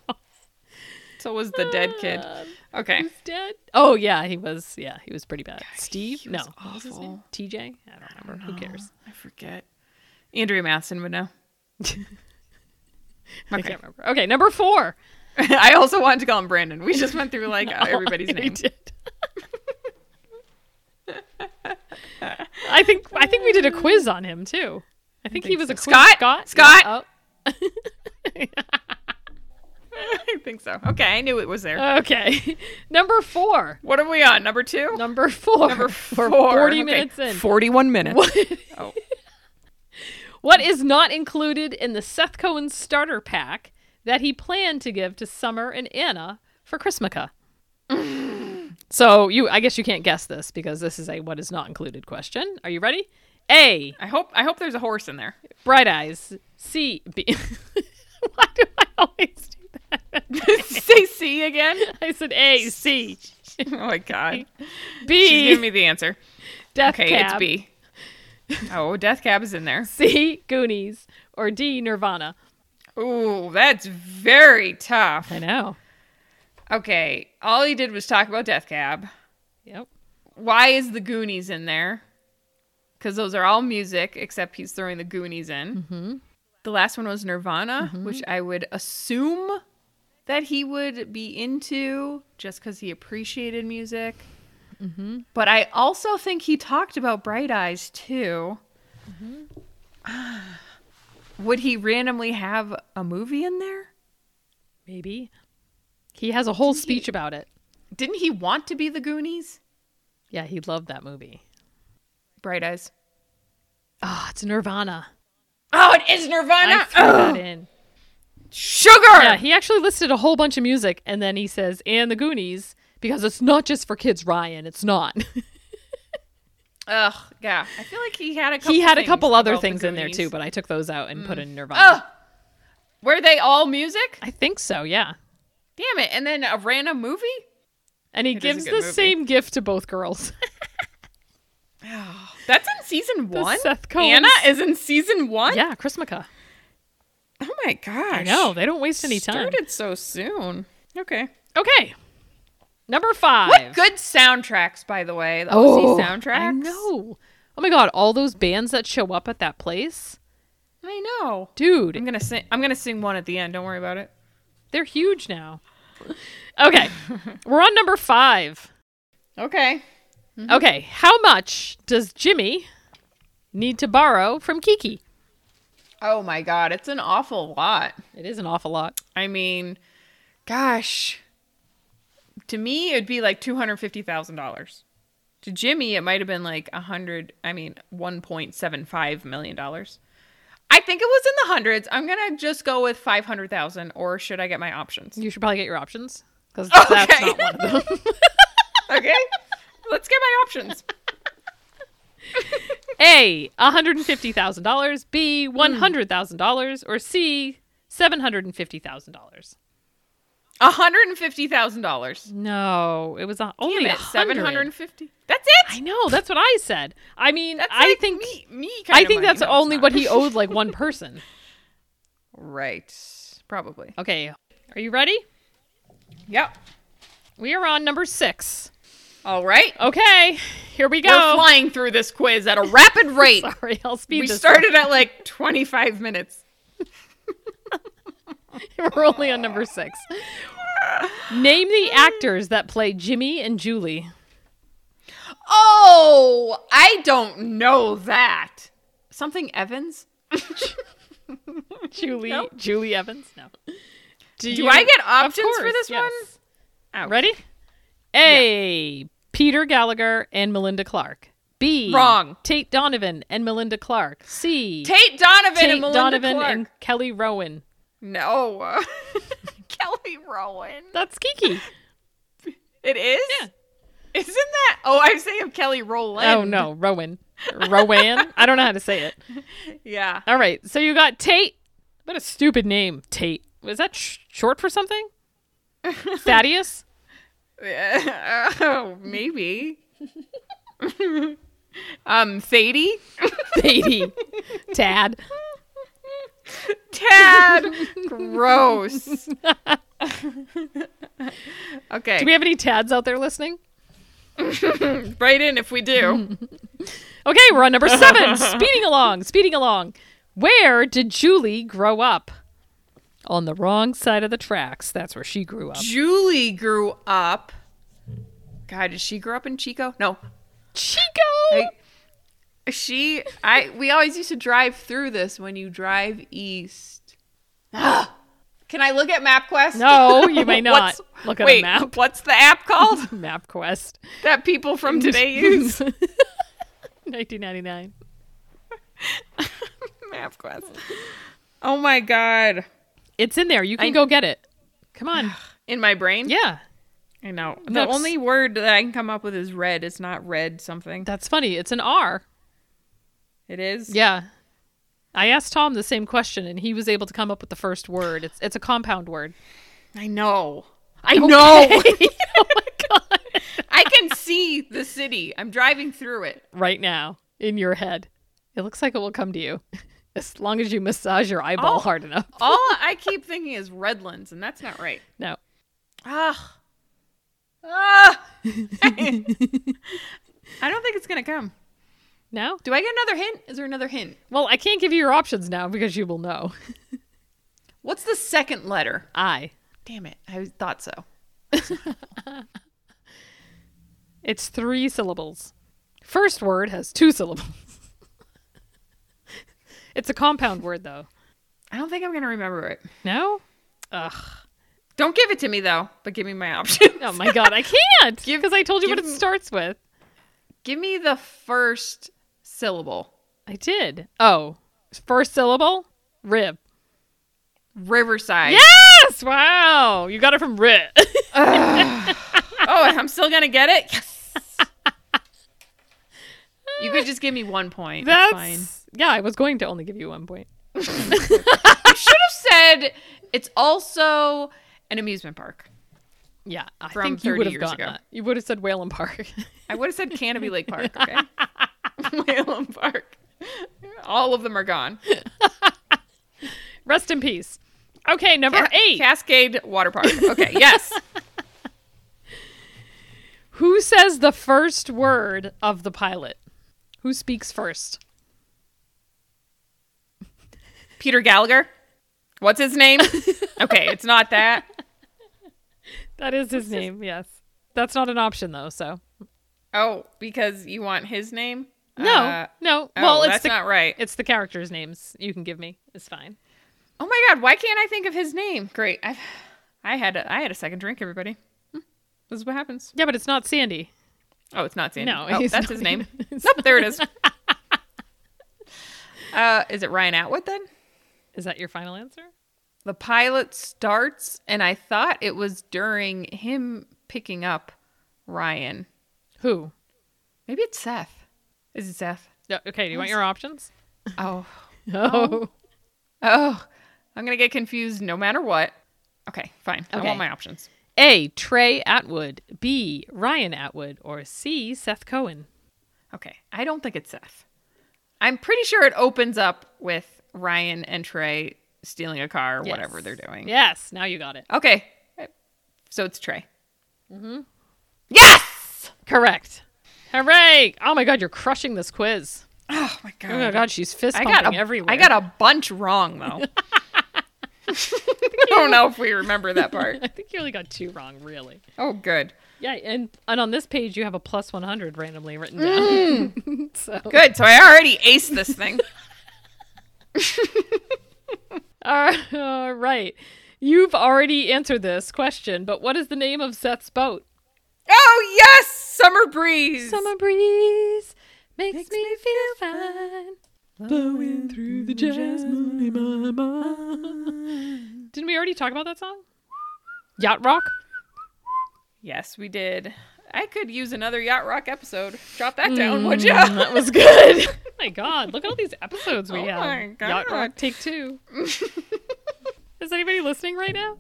[SPEAKER 3] So was the dead kid.
[SPEAKER 2] Ah.
[SPEAKER 3] Okay.
[SPEAKER 2] He's dead. Oh, yeah, he was. Yeah, he was pretty bad. Steve?
[SPEAKER 3] he
[SPEAKER 2] No.
[SPEAKER 3] was
[SPEAKER 2] What was his
[SPEAKER 3] awful.
[SPEAKER 2] name? TJ? I don't remember. Who cares?
[SPEAKER 3] I forget. Andrea Matheson would know.
[SPEAKER 2] I can't remember. Okay, number four.
[SPEAKER 3] I also wanted to call him Brandon. We just went through like uh, everybody's
[SPEAKER 2] We
[SPEAKER 3] name.
[SPEAKER 2] did. I think I think we did a quiz on him too. I think, he
[SPEAKER 3] think
[SPEAKER 2] was a
[SPEAKER 3] so.
[SPEAKER 2] quiz.
[SPEAKER 3] Scott?
[SPEAKER 2] Scott.
[SPEAKER 3] Scott?
[SPEAKER 2] Yeah.
[SPEAKER 3] I think so. Okay, I knew it was there.
[SPEAKER 2] Oh, okay. Number four.
[SPEAKER 3] what are we on? Number two?
[SPEAKER 2] Number four.
[SPEAKER 3] Number four.
[SPEAKER 2] We're Forty
[SPEAKER 3] Okay,
[SPEAKER 2] minutes in.
[SPEAKER 3] 41 minutes. Oh.
[SPEAKER 2] What is not included in the Seth Cohen starter pack that he planned to give to Summer and Anna for Chrismica? so you, I guess you can't guess this because this is a what is not included question. Are you ready? A.
[SPEAKER 3] I hope I hope there's a horse in there.
[SPEAKER 2] Bright eyes. C. B. Why do I always do that?
[SPEAKER 3] Say C again.
[SPEAKER 2] I said A. C.
[SPEAKER 3] Oh my god. She's
[SPEAKER 2] B.
[SPEAKER 3] giving me the answer.
[SPEAKER 2] Death
[SPEAKER 3] Okay,
[SPEAKER 2] Cab.
[SPEAKER 3] it's B. Oh, Death Cab is in there.
[SPEAKER 2] C. Goonies. Or D. Nirvana.
[SPEAKER 3] Ooh, that's very tough.
[SPEAKER 2] I know.
[SPEAKER 3] Okay, all he did was talk about Death Cab.
[SPEAKER 2] Yep.
[SPEAKER 3] Why is the Goonies in there? Because those are all music, except he's throwing the Goonies in. The last one was Nirvana,
[SPEAKER 2] Mm-hmm.
[SPEAKER 3] which I would assume that he would be into just because he appreciated music.
[SPEAKER 2] Mm-hmm.
[SPEAKER 3] But I also think he talked about Bright Eyes too.
[SPEAKER 2] Mm-hmm.
[SPEAKER 3] Would he randomly have a movie in there?
[SPEAKER 2] Maybe. He has a whole speech about it.
[SPEAKER 3] Didn't he want to be the Goonies?
[SPEAKER 2] Yeah, he loved that movie.
[SPEAKER 3] Bright Eyes.
[SPEAKER 2] Oh, it's Nirvana.
[SPEAKER 3] Oh, it is Nirvana.
[SPEAKER 2] I threw that in.
[SPEAKER 3] Sugar.
[SPEAKER 2] Yeah, he actually listed a whole bunch of music, and then he says, "And the Goonies," because it's not just for kids, Ryan. It's not.
[SPEAKER 3] Ugh. Yeah. I feel like he had a. couple
[SPEAKER 2] he had a
[SPEAKER 3] things
[SPEAKER 2] couple other
[SPEAKER 3] about the
[SPEAKER 2] things in there
[SPEAKER 3] Goonies.
[SPEAKER 2] too, but I took those out and put in Nirvana.
[SPEAKER 3] Ugh. Were they all music?
[SPEAKER 2] I think so. Yeah.
[SPEAKER 3] Damn it! And then a random movie.
[SPEAKER 2] And he
[SPEAKER 3] It is a
[SPEAKER 2] gives the
[SPEAKER 3] good movie.
[SPEAKER 2] same gift to both girls.
[SPEAKER 3] That's in season one.
[SPEAKER 2] Seth Cohen's-
[SPEAKER 3] Anna is in season one.
[SPEAKER 2] yeah, Chrismica.
[SPEAKER 3] Oh my gosh.
[SPEAKER 2] I know they don't waste any time.
[SPEAKER 3] Started so soon. Okay.
[SPEAKER 2] Okay, number five.
[SPEAKER 3] What good soundtracks, by the way. The
[SPEAKER 2] Oh,
[SPEAKER 3] OC soundtracks.
[SPEAKER 2] I know. Oh my god, all those bands that show up at that place,
[SPEAKER 3] I know.
[SPEAKER 2] dude.
[SPEAKER 3] I'm gonna sing. I'm gonna sing one at the end. Don't worry about it.
[SPEAKER 2] They're huge now. Okay, we're on number five.
[SPEAKER 3] Okay. Mm-hmm.
[SPEAKER 2] Okay, how much does Jimmy need to borrow from Kiki?
[SPEAKER 3] Oh my god, it's an awful lot.
[SPEAKER 2] It is an awful lot.
[SPEAKER 3] I mean, gosh. To me, it'd be like two hundred fifty thousand dollars. To Jimmy, it might have been like a hundred. I mean, one point seven five million dollars. I think it was in the hundreds. I'm gonna just go with five hundred thousand, or should I get my options?
[SPEAKER 2] You should probably get your options because that's
[SPEAKER 3] Okay.
[SPEAKER 2] not one of them.
[SPEAKER 3] Okay, let's get my options.
[SPEAKER 2] A, $150,000, B, $100,000, or C, $750,000.
[SPEAKER 3] hundred and fifty thousand dollars.
[SPEAKER 2] No, it was a, only
[SPEAKER 3] Damn
[SPEAKER 2] a
[SPEAKER 3] it, seven hundred and fifty. That's
[SPEAKER 2] I
[SPEAKER 3] it.
[SPEAKER 2] know, that's what I said. I mean,
[SPEAKER 3] That's
[SPEAKER 2] I
[SPEAKER 3] like
[SPEAKER 2] think
[SPEAKER 3] me. me kind
[SPEAKER 2] I
[SPEAKER 3] of
[SPEAKER 2] think
[SPEAKER 3] money.
[SPEAKER 2] that's
[SPEAKER 3] No, it's
[SPEAKER 2] only
[SPEAKER 3] not.
[SPEAKER 2] what he owed like one person.
[SPEAKER 3] Right. Probably.
[SPEAKER 2] Okay. Are you ready?
[SPEAKER 3] Yep.
[SPEAKER 2] We are on number 6.
[SPEAKER 3] All right.
[SPEAKER 2] Okay. Here we
[SPEAKER 3] We're
[SPEAKER 2] go.
[SPEAKER 3] flying through this quiz at a rapid rate.
[SPEAKER 2] Sorry, I'll speed
[SPEAKER 3] we
[SPEAKER 2] this.
[SPEAKER 3] started at like 25 minutes.
[SPEAKER 2] up. We're only on number 6. Name the actors that play Jimmy and Julie.
[SPEAKER 3] Oh, I don't know that. Something Evans?
[SPEAKER 2] Julie Julie Evans. No.
[SPEAKER 3] Do I get
[SPEAKER 2] Of
[SPEAKER 3] options for
[SPEAKER 2] course,
[SPEAKER 3] this
[SPEAKER 2] yes.
[SPEAKER 3] one? Ouch.
[SPEAKER 2] Ready? A. Peter Gallagher and Melinda Clark. B.
[SPEAKER 3] Wrong.
[SPEAKER 2] Tate Donovan and Melinda Clark. C.
[SPEAKER 3] Tate Donovan
[SPEAKER 2] Tate
[SPEAKER 3] and Melinda
[SPEAKER 2] Donovan
[SPEAKER 3] Clark.
[SPEAKER 2] and Kelly Rowan.
[SPEAKER 3] No. Kelly Rowan.
[SPEAKER 2] That's Kiki.
[SPEAKER 3] It is?
[SPEAKER 2] Yeah.
[SPEAKER 3] Isn't that? Oh, I'm saying Kelly Rowland.
[SPEAKER 2] oh no, Rowan. Rowan. I don't know how to say it.
[SPEAKER 3] Yeah.
[SPEAKER 2] All right. So you got Tate. What a stupid name, Tate. Was that sh- short for something? Thaddeus.
[SPEAKER 3] oh, maybe. um, Sadie?
[SPEAKER 2] Thady. Tad.
[SPEAKER 3] Tad. Gross. okay.
[SPEAKER 2] Do we have any Tads out there listening?
[SPEAKER 3] right in if we do.
[SPEAKER 2] Okay, we're on number seven. speeding along, speeding along. Where did Julie grow up? On the wrong side of the tracks. That's where she grew up.
[SPEAKER 3] Julie grew up. God, did she grow up in Chico? No.
[SPEAKER 2] Chico!
[SPEAKER 3] I, she I we always used to drive through this when you drive east. Ah! Can I look at MapQuest?
[SPEAKER 2] No, you may not.
[SPEAKER 3] What's-
[SPEAKER 2] Look at
[SPEAKER 3] wait,
[SPEAKER 2] a map.
[SPEAKER 3] What's the app called
[SPEAKER 2] Map quest.
[SPEAKER 3] that people from today use?
[SPEAKER 2] 1999.
[SPEAKER 3] MapQuest. Oh my god.
[SPEAKER 2] It's in there. You can go get it. Come on.
[SPEAKER 3] In my brain?
[SPEAKER 2] Yeah.
[SPEAKER 3] I know. The
[SPEAKER 2] Next.
[SPEAKER 3] only word that I can come up with is red. It's not red something.
[SPEAKER 2] That's funny. It's an R.
[SPEAKER 3] It is.
[SPEAKER 2] Yeah. I asked Tom the same question and he was able to come up with the first word. It's it's a compound word.
[SPEAKER 3] I know. I know.
[SPEAKER 2] oh my god.
[SPEAKER 3] I can see the city. I'm driving through it.
[SPEAKER 2] right now in your head. It looks like it will come to you as long as you massage your eyeball
[SPEAKER 3] Oh.
[SPEAKER 2] hard enough.
[SPEAKER 3] All I keep thinking is Redlands, and that's not right.
[SPEAKER 2] No.
[SPEAKER 3] Ah. Ah. I don't think it's going to come.
[SPEAKER 2] No?
[SPEAKER 3] Do I get another hint? Is there another hint?
[SPEAKER 2] Well, I can't give you your options now because you will know.
[SPEAKER 3] What's the second letter?
[SPEAKER 2] I.
[SPEAKER 3] Damn it. I thought so.
[SPEAKER 2] It's three syllables. First word has two syllables. it's a compound word though.
[SPEAKER 3] I don't think I'm going to remember it.
[SPEAKER 2] No? Ugh.
[SPEAKER 3] Don't give it to me, though, but give me my option.
[SPEAKER 2] Oh my god, I can't.
[SPEAKER 3] Give-
[SPEAKER 2] Because I told you what
[SPEAKER 3] give
[SPEAKER 2] it
[SPEAKER 3] m-
[SPEAKER 2] starts with.
[SPEAKER 3] Give me the first syllable.
[SPEAKER 2] I did. Oh, first syllable, rib.
[SPEAKER 3] Riverside.
[SPEAKER 2] Yes! Wow, you got it from rib.
[SPEAKER 3] Oh, and I'm still gonna get it. Yes. you could just give me one point.
[SPEAKER 2] That's
[SPEAKER 3] That's fine.
[SPEAKER 2] yeah. I was going to only give you one point.
[SPEAKER 3] You should have said it's also an amusement park.
[SPEAKER 2] Yeah, I
[SPEAKER 3] From
[SPEAKER 2] think you
[SPEAKER 3] 30
[SPEAKER 2] would have
[SPEAKER 3] years
[SPEAKER 2] gotten
[SPEAKER 3] ago.
[SPEAKER 2] that. You would have said Whalen Park.
[SPEAKER 3] I would have said Canopy Lake Park. Okay. Whalen Park. All of them are gone.
[SPEAKER 2] Rest in peace. Okay, number
[SPEAKER 3] Ca-
[SPEAKER 2] eight.
[SPEAKER 3] Cascade Water Park. Okay. Yes.
[SPEAKER 2] Who says the first word of the pilot? Who speaks first?
[SPEAKER 3] Peter Gallagher. What's his name? Okay, it's not that.
[SPEAKER 2] That is his name. Yes, that's not an option though. So
[SPEAKER 3] Oh, because you want his name?
[SPEAKER 2] no,
[SPEAKER 3] Uh,
[SPEAKER 2] no.
[SPEAKER 3] oh,
[SPEAKER 2] well, it's
[SPEAKER 3] that's
[SPEAKER 2] the,
[SPEAKER 3] not right.
[SPEAKER 2] It's the characters' names you can give me. It's fine.
[SPEAKER 3] Oh my god, why can't I think of his name? Great. I've I had a, I had a second drink, everybody. Hmm. This is what happens.
[SPEAKER 2] Yeah, but it's not Sandy.
[SPEAKER 3] Oh, it's not Sandy.
[SPEAKER 2] No,
[SPEAKER 3] oh,
[SPEAKER 2] he's
[SPEAKER 3] that's
[SPEAKER 2] not
[SPEAKER 3] his name.
[SPEAKER 2] even- it's
[SPEAKER 3] nope, there it is. uh, is it Ryan Atwood then?
[SPEAKER 2] Is that your final answer?
[SPEAKER 3] The pilot starts, and I thought it was during him picking up Ryan.
[SPEAKER 2] Who?
[SPEAKER 3] Maybe it's Seth. Is it Seth?
[SPEAKER 2] Yeah, okay, do you want your options?
[SPEAKER 3] Oh,
[SPEAKER 2] Oh.
[SPEAKER 3] oh, I'm gonna get confused no matter what. Okay, fine. I
[SPEAKER 2] Okay.
[SPEAKER 3] want my options.
[SPEAKER 2] A. Trey Atwood. B. Ryan Atwood. Or C. Seth Cohen.
[SPEAKER 3] Okay. I don't think it's Seth. I'm pretty sure it opens up with Ryan and Trey stealing a car, or whatever
[SPEAKER 2] Yes.
[SPEAKER 3] they're doing.
[SPEAKER 2] Yes, now you got it.
[SPEAKER 3] Okay. eh, So it's Trey. Mm-hmm.
[SPEAKER 2] Correct. Hooray! Oh my god, you're crushing this quiz.
[SPEAKER 3] Oh my god.
[SPEAKER 2] Oh my god, she's fist
[SPEAKER 3] I
[SPEAKER 2] pumping
[SPEAKER 3] got a,
[SPEAKER 2] everywhere.
[SPEAKER 3] I got a bunch wrong though. I don't know if we remember that part.
[SPEAKER 2] I think you only got two wrong, really.
[SPEAKER 3] Oh good.
[SPEAKER 2] Yeah, and and on this page you have a plus 100 randomly written down.
[SPEAKER 3] Mm.
[SPEAKER 2] so
[SPEAKER 3] Good. So I already aced this thing.
[SPEAKER 2] All all right. You've already answered this question, but what is the name of Seth's boat?
[SPEAKER 3] oh yes! Summer breeze.
[SPEAKER 2] Summer breeze makes, me, feel fine. Blowing through the jasmine in my mind. Didn't we already talk about that song? Yacht Rock?
[SPEAKER 3] Yes, we did. I could use another Yacht Rock episode. Drop that down, would ya?
[SPEAKER 2] Mm, That was good. oh my god, look at all these episodes we
[SPEAKER 3] Oh
[SPEAKER 2] have.
[SPEAKER 3] my
[SPEAKER 2] Yacht Rock
[SPEAKER 3] God.
[SPEAKER 2] Take Two. is anybody listening right now?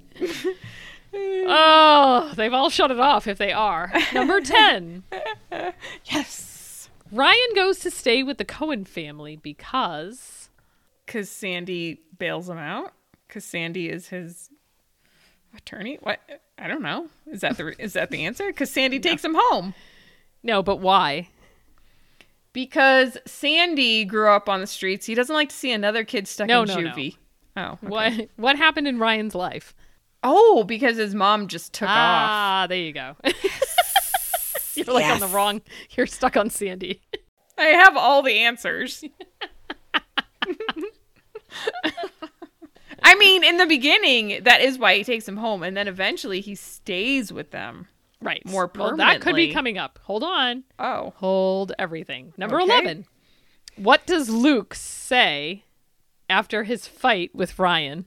[SPEAKER 2] Oh, they've all shut it off if they are. Number 10.
[SPEAKER 3] yes.
[SPEAKER 2] Ryan goes to stay with the Cohen family because.
[SPEAKER 3] because Sandy bails him out because Sandy is his attorney. What I don't know is that the is that the answer? Because Sandy takes him home
[SPEAKER 2] No, but why?
[SPEAKER 3] because Sandy grew up on the streets. He doesn't like to see another kid stuck
[SPEAKER 2] No,
[SPEAKER 3] in
[SPEAKER 2] no, no.
[SPEAKER 3] juvie. Oh, okay.
[SPEAKER 2] What what happened in Ryan's life?
[SPEAKER 3] Oh, because his mom just took off.
[SPEAKER 2] Ah, there you go. you're like on the
[SPEAKER 3] Yes.
[SPEAKER 2] wrong. You're stuck on Sandy.
[SPEAKER 3] I have all the answers. I mean, in the beginning, that is why he takes him home, and then eventually he stays with them.
[SPEAKER 2] Right.
[SPEAKER 3] More
[SPEAKER 2] Well, that could be
[SPEAKER 3] permanently.
[SPEAKER 2] coming up. Hold on.
[SPEAKER 3] Oh,
[SPEAKER 2] Hold everything. Number
[SPEAKER 3] Okay.
[SPEAKER 2] 11. What does Luke say after his fight with Ryan?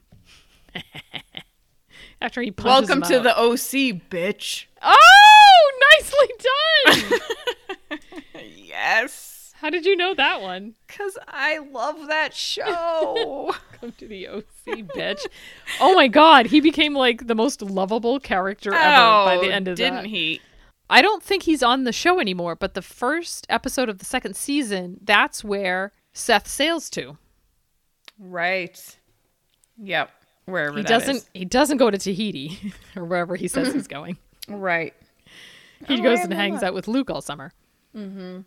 [SPEAKER 2] after he punches
[SPEAKER 3] welcome
[SPEAKER 2] him
[SPEAKER 3] to
[SPEAKER 2] out.
[SPEAKER 3] the OC, bitch.
[SPEAKER 2] Oh, nicely done.
[SPEAKER 3] Yes.
[SPEAKER 2] How did you know that one?
[SPEAKER 3] Because I love that show.
[SPEAKER 2] Come to the OC, bitch. Oh my god, he became like the most lovable character ever by the end of
[SPEAKER 3] Oh, didn't
[SPEAKER 2] that.
[SPEAKER 3] he?
[SPEAKER 2] I don't think he's on the show anymore, but the first episode of the second season, that's where Seth sails to.
[SPEAKER 3] Right. Yep. Wherever
[SPEAKER 2] He
[SPEAKER 3] that
[SPEAKER 2] doesn't
[SPEAKER 3] is.
[SPEAKER 2] he doesn't go to Tahiti or wherever he says he's going.
[SPEAKER 3] Right.
[SPEAKER 2] He
[SPEAKER 3] Oh,
[SPEAKER 2] goes
[SPEAKER 3] I
[SPEAKER 2] and hangs
[SPEAKER 3] remember.
[SPEAKER 2] out with Luke all summer. Mm-hmm.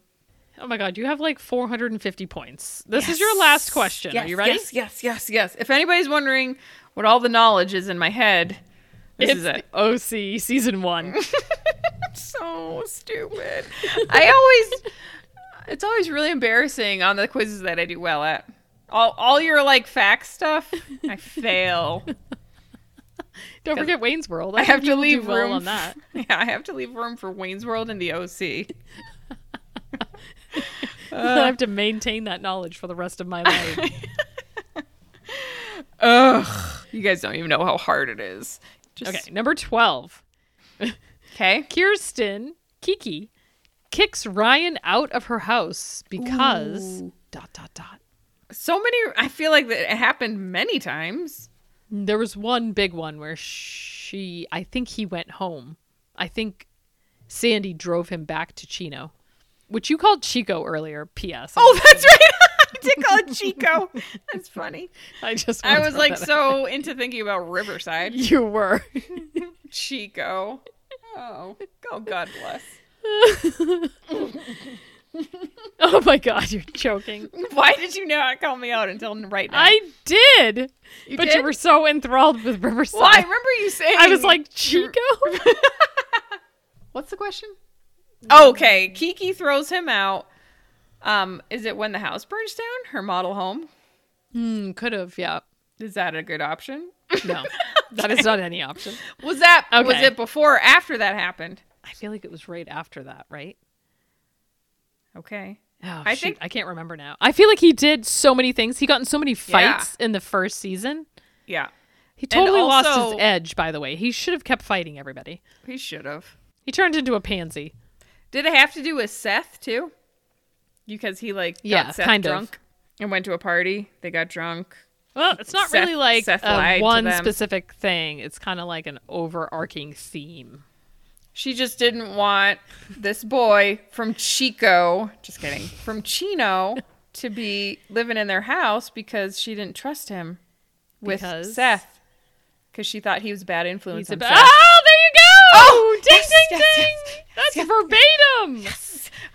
[SPEAKER 2] Oh my god, you have like 450 points. This is your last question. Are you ready?
[SPEAKER 3] Yes, yes, yes, yes. If anybody's wondering what all the knowledge is in my head, this
[SPEAKER 2] it's
[SPEAKER 3] is it.
[SPEAKER 2] the OC season 1.
[SPEAKER 3] So stupid. I always, it's always really embarrassing on the quizzes that I do well at. All, all your like fact stuff, I fail.
[SPEAKER 2] Don't forget Wayne's World.
[SPEAKER 3] I have
[SPEAKER 2] think
[SPEAKER 3] to
[SPEAKER 2] you will do
[SPEAKER 3] leave
[SPEAKER 2] well
[SPEAKER 3] room
[SPEAKER 2] on that.
[SPEAKER 3] Yeah, I have to leave room for Wayne's World and the OC.
[SPEAKER 2] I have to maintain that knowledge for the rest of my life.
[SPEAKER 3] Ugh. You guys don't even know how hard it is. Just,
[SPEAKER 2] Okay, number 12.
[SPEAKER 3] Okay.
[SPEAKER 2] Kirsten, Kiki, kicks Ryan out of her house because dot dot dot.
[SPEAKER 3] So many. I feel like that it happened many times.
[SPEAKER 2] There was one big one where she I think he went home. I think Sandy drove him back to Chino. Which you called Chico earlier, PS.
[SPEAKER 3] Oh, that's right. I did call it Chico. That's funny.
[SPEAKER 2] I just
[SPEAKER 3] I
[SPEAKER 2] wanna
[SPEAKER 3] was
[SPEAKER 2] throw
[SPEAKER 3] like
[SPEAKER 2] that out.
[SPEAKER 3] so into thinking about Riverside.
[SPEAKER 2] you were.
[SPEAKER 3] Chico. Oh. Oh, God bless.
[SPEAKER 2] Oh my god, you're joking.
[SPEAKER 3] Why did you not call me out until right now?
[SPEAKER 2] I did. but
[SPEAKER 3] did?
[SPEAKER 2] you were so enthralled with Riverside.
[SPEAKER 3] well, I remember you saying.
[SPEAKER 2] I was like, Chico?
[SPEAKER 3] What's the question? Okay, Kiki throws him out. Um, is it when the house burns down? Her model home?
[SPEAKER 2] Hmm, could have, yeah.
[SPEAKER 3] Is that a good option?
[SPEAKER 2] No. That is not any option.
[SPEAKER 3] Was that was
[SPEAKER 2] Okay.
[SPEAKER 3] it before or after that happened?
[SPEAKER 2] I feel like it was right after that, right?
[SPEAKER 3] Okay.
[SPEAKER 2] Oh,
[SPEAKER 3] I
[SPEAKER 2] I
[SPEAKER 3] think-
[SPEAKER 2] think I can't remember now. I feel like he did so many things. He got in so many
[SPEAKER 3] Yeah.
[SPEAKER 2] fights in the first season.
[SPEAKER 3] Yeah.
[SPEAKER 2] He totally lost
[SPEAKER 3] also-
[SPEAKER 2] his edge, by the way. He should have kept fighting everybody.
[SPEAKER 3] He should have.
[SPEAKER 2] He turned into a pansy.
[SPEAKER 3] Did it have to do with Seth too? Because he like got
[SPEAKER 2] Yeah,
[SPEAKER 3] Seth
[SPEAKER 2] kind of.
[SPEAKER 3] drunk and went to a party. They got drunk.
[SPEAKER 2] Well, it's not
[SPEAKER 3] Seth-
[SPEAKER 2] really like
[SPEAKER 3] Seth
[SPEAKER 2] uh,
[SPEAKER 3] lied to
[SPEAKER 2] one
[SPEAKER 3] them.
[SPEAKER 2] specific thing. It's kind of like an overarching theme.
[SPEAKER 3] She just didn't want this boy from Chico, just kidding, from Chino to be living in their house because she didn't trust him with
[SPEAKER 2] Because-
[SPEAKER 3] Seth because she thought he was a bad influence
[SPEAKER 2] He's
[SPEAKER 3] on
[SPEAKER 2] about-
[SPEAKER 3] Seth.
[SPEAKER 2] oh, there you go!
[SPEAKER 3] Oh,
[SPEAKER 2] ding,
[SPEAKER 3] yes,
[SPEAKER 2] ding,
[SPEAKER 3] yes,
[SPEAKER 2] ding!
[SPEAKER 3] yes,
[SPEAKER 2] That's verbatim.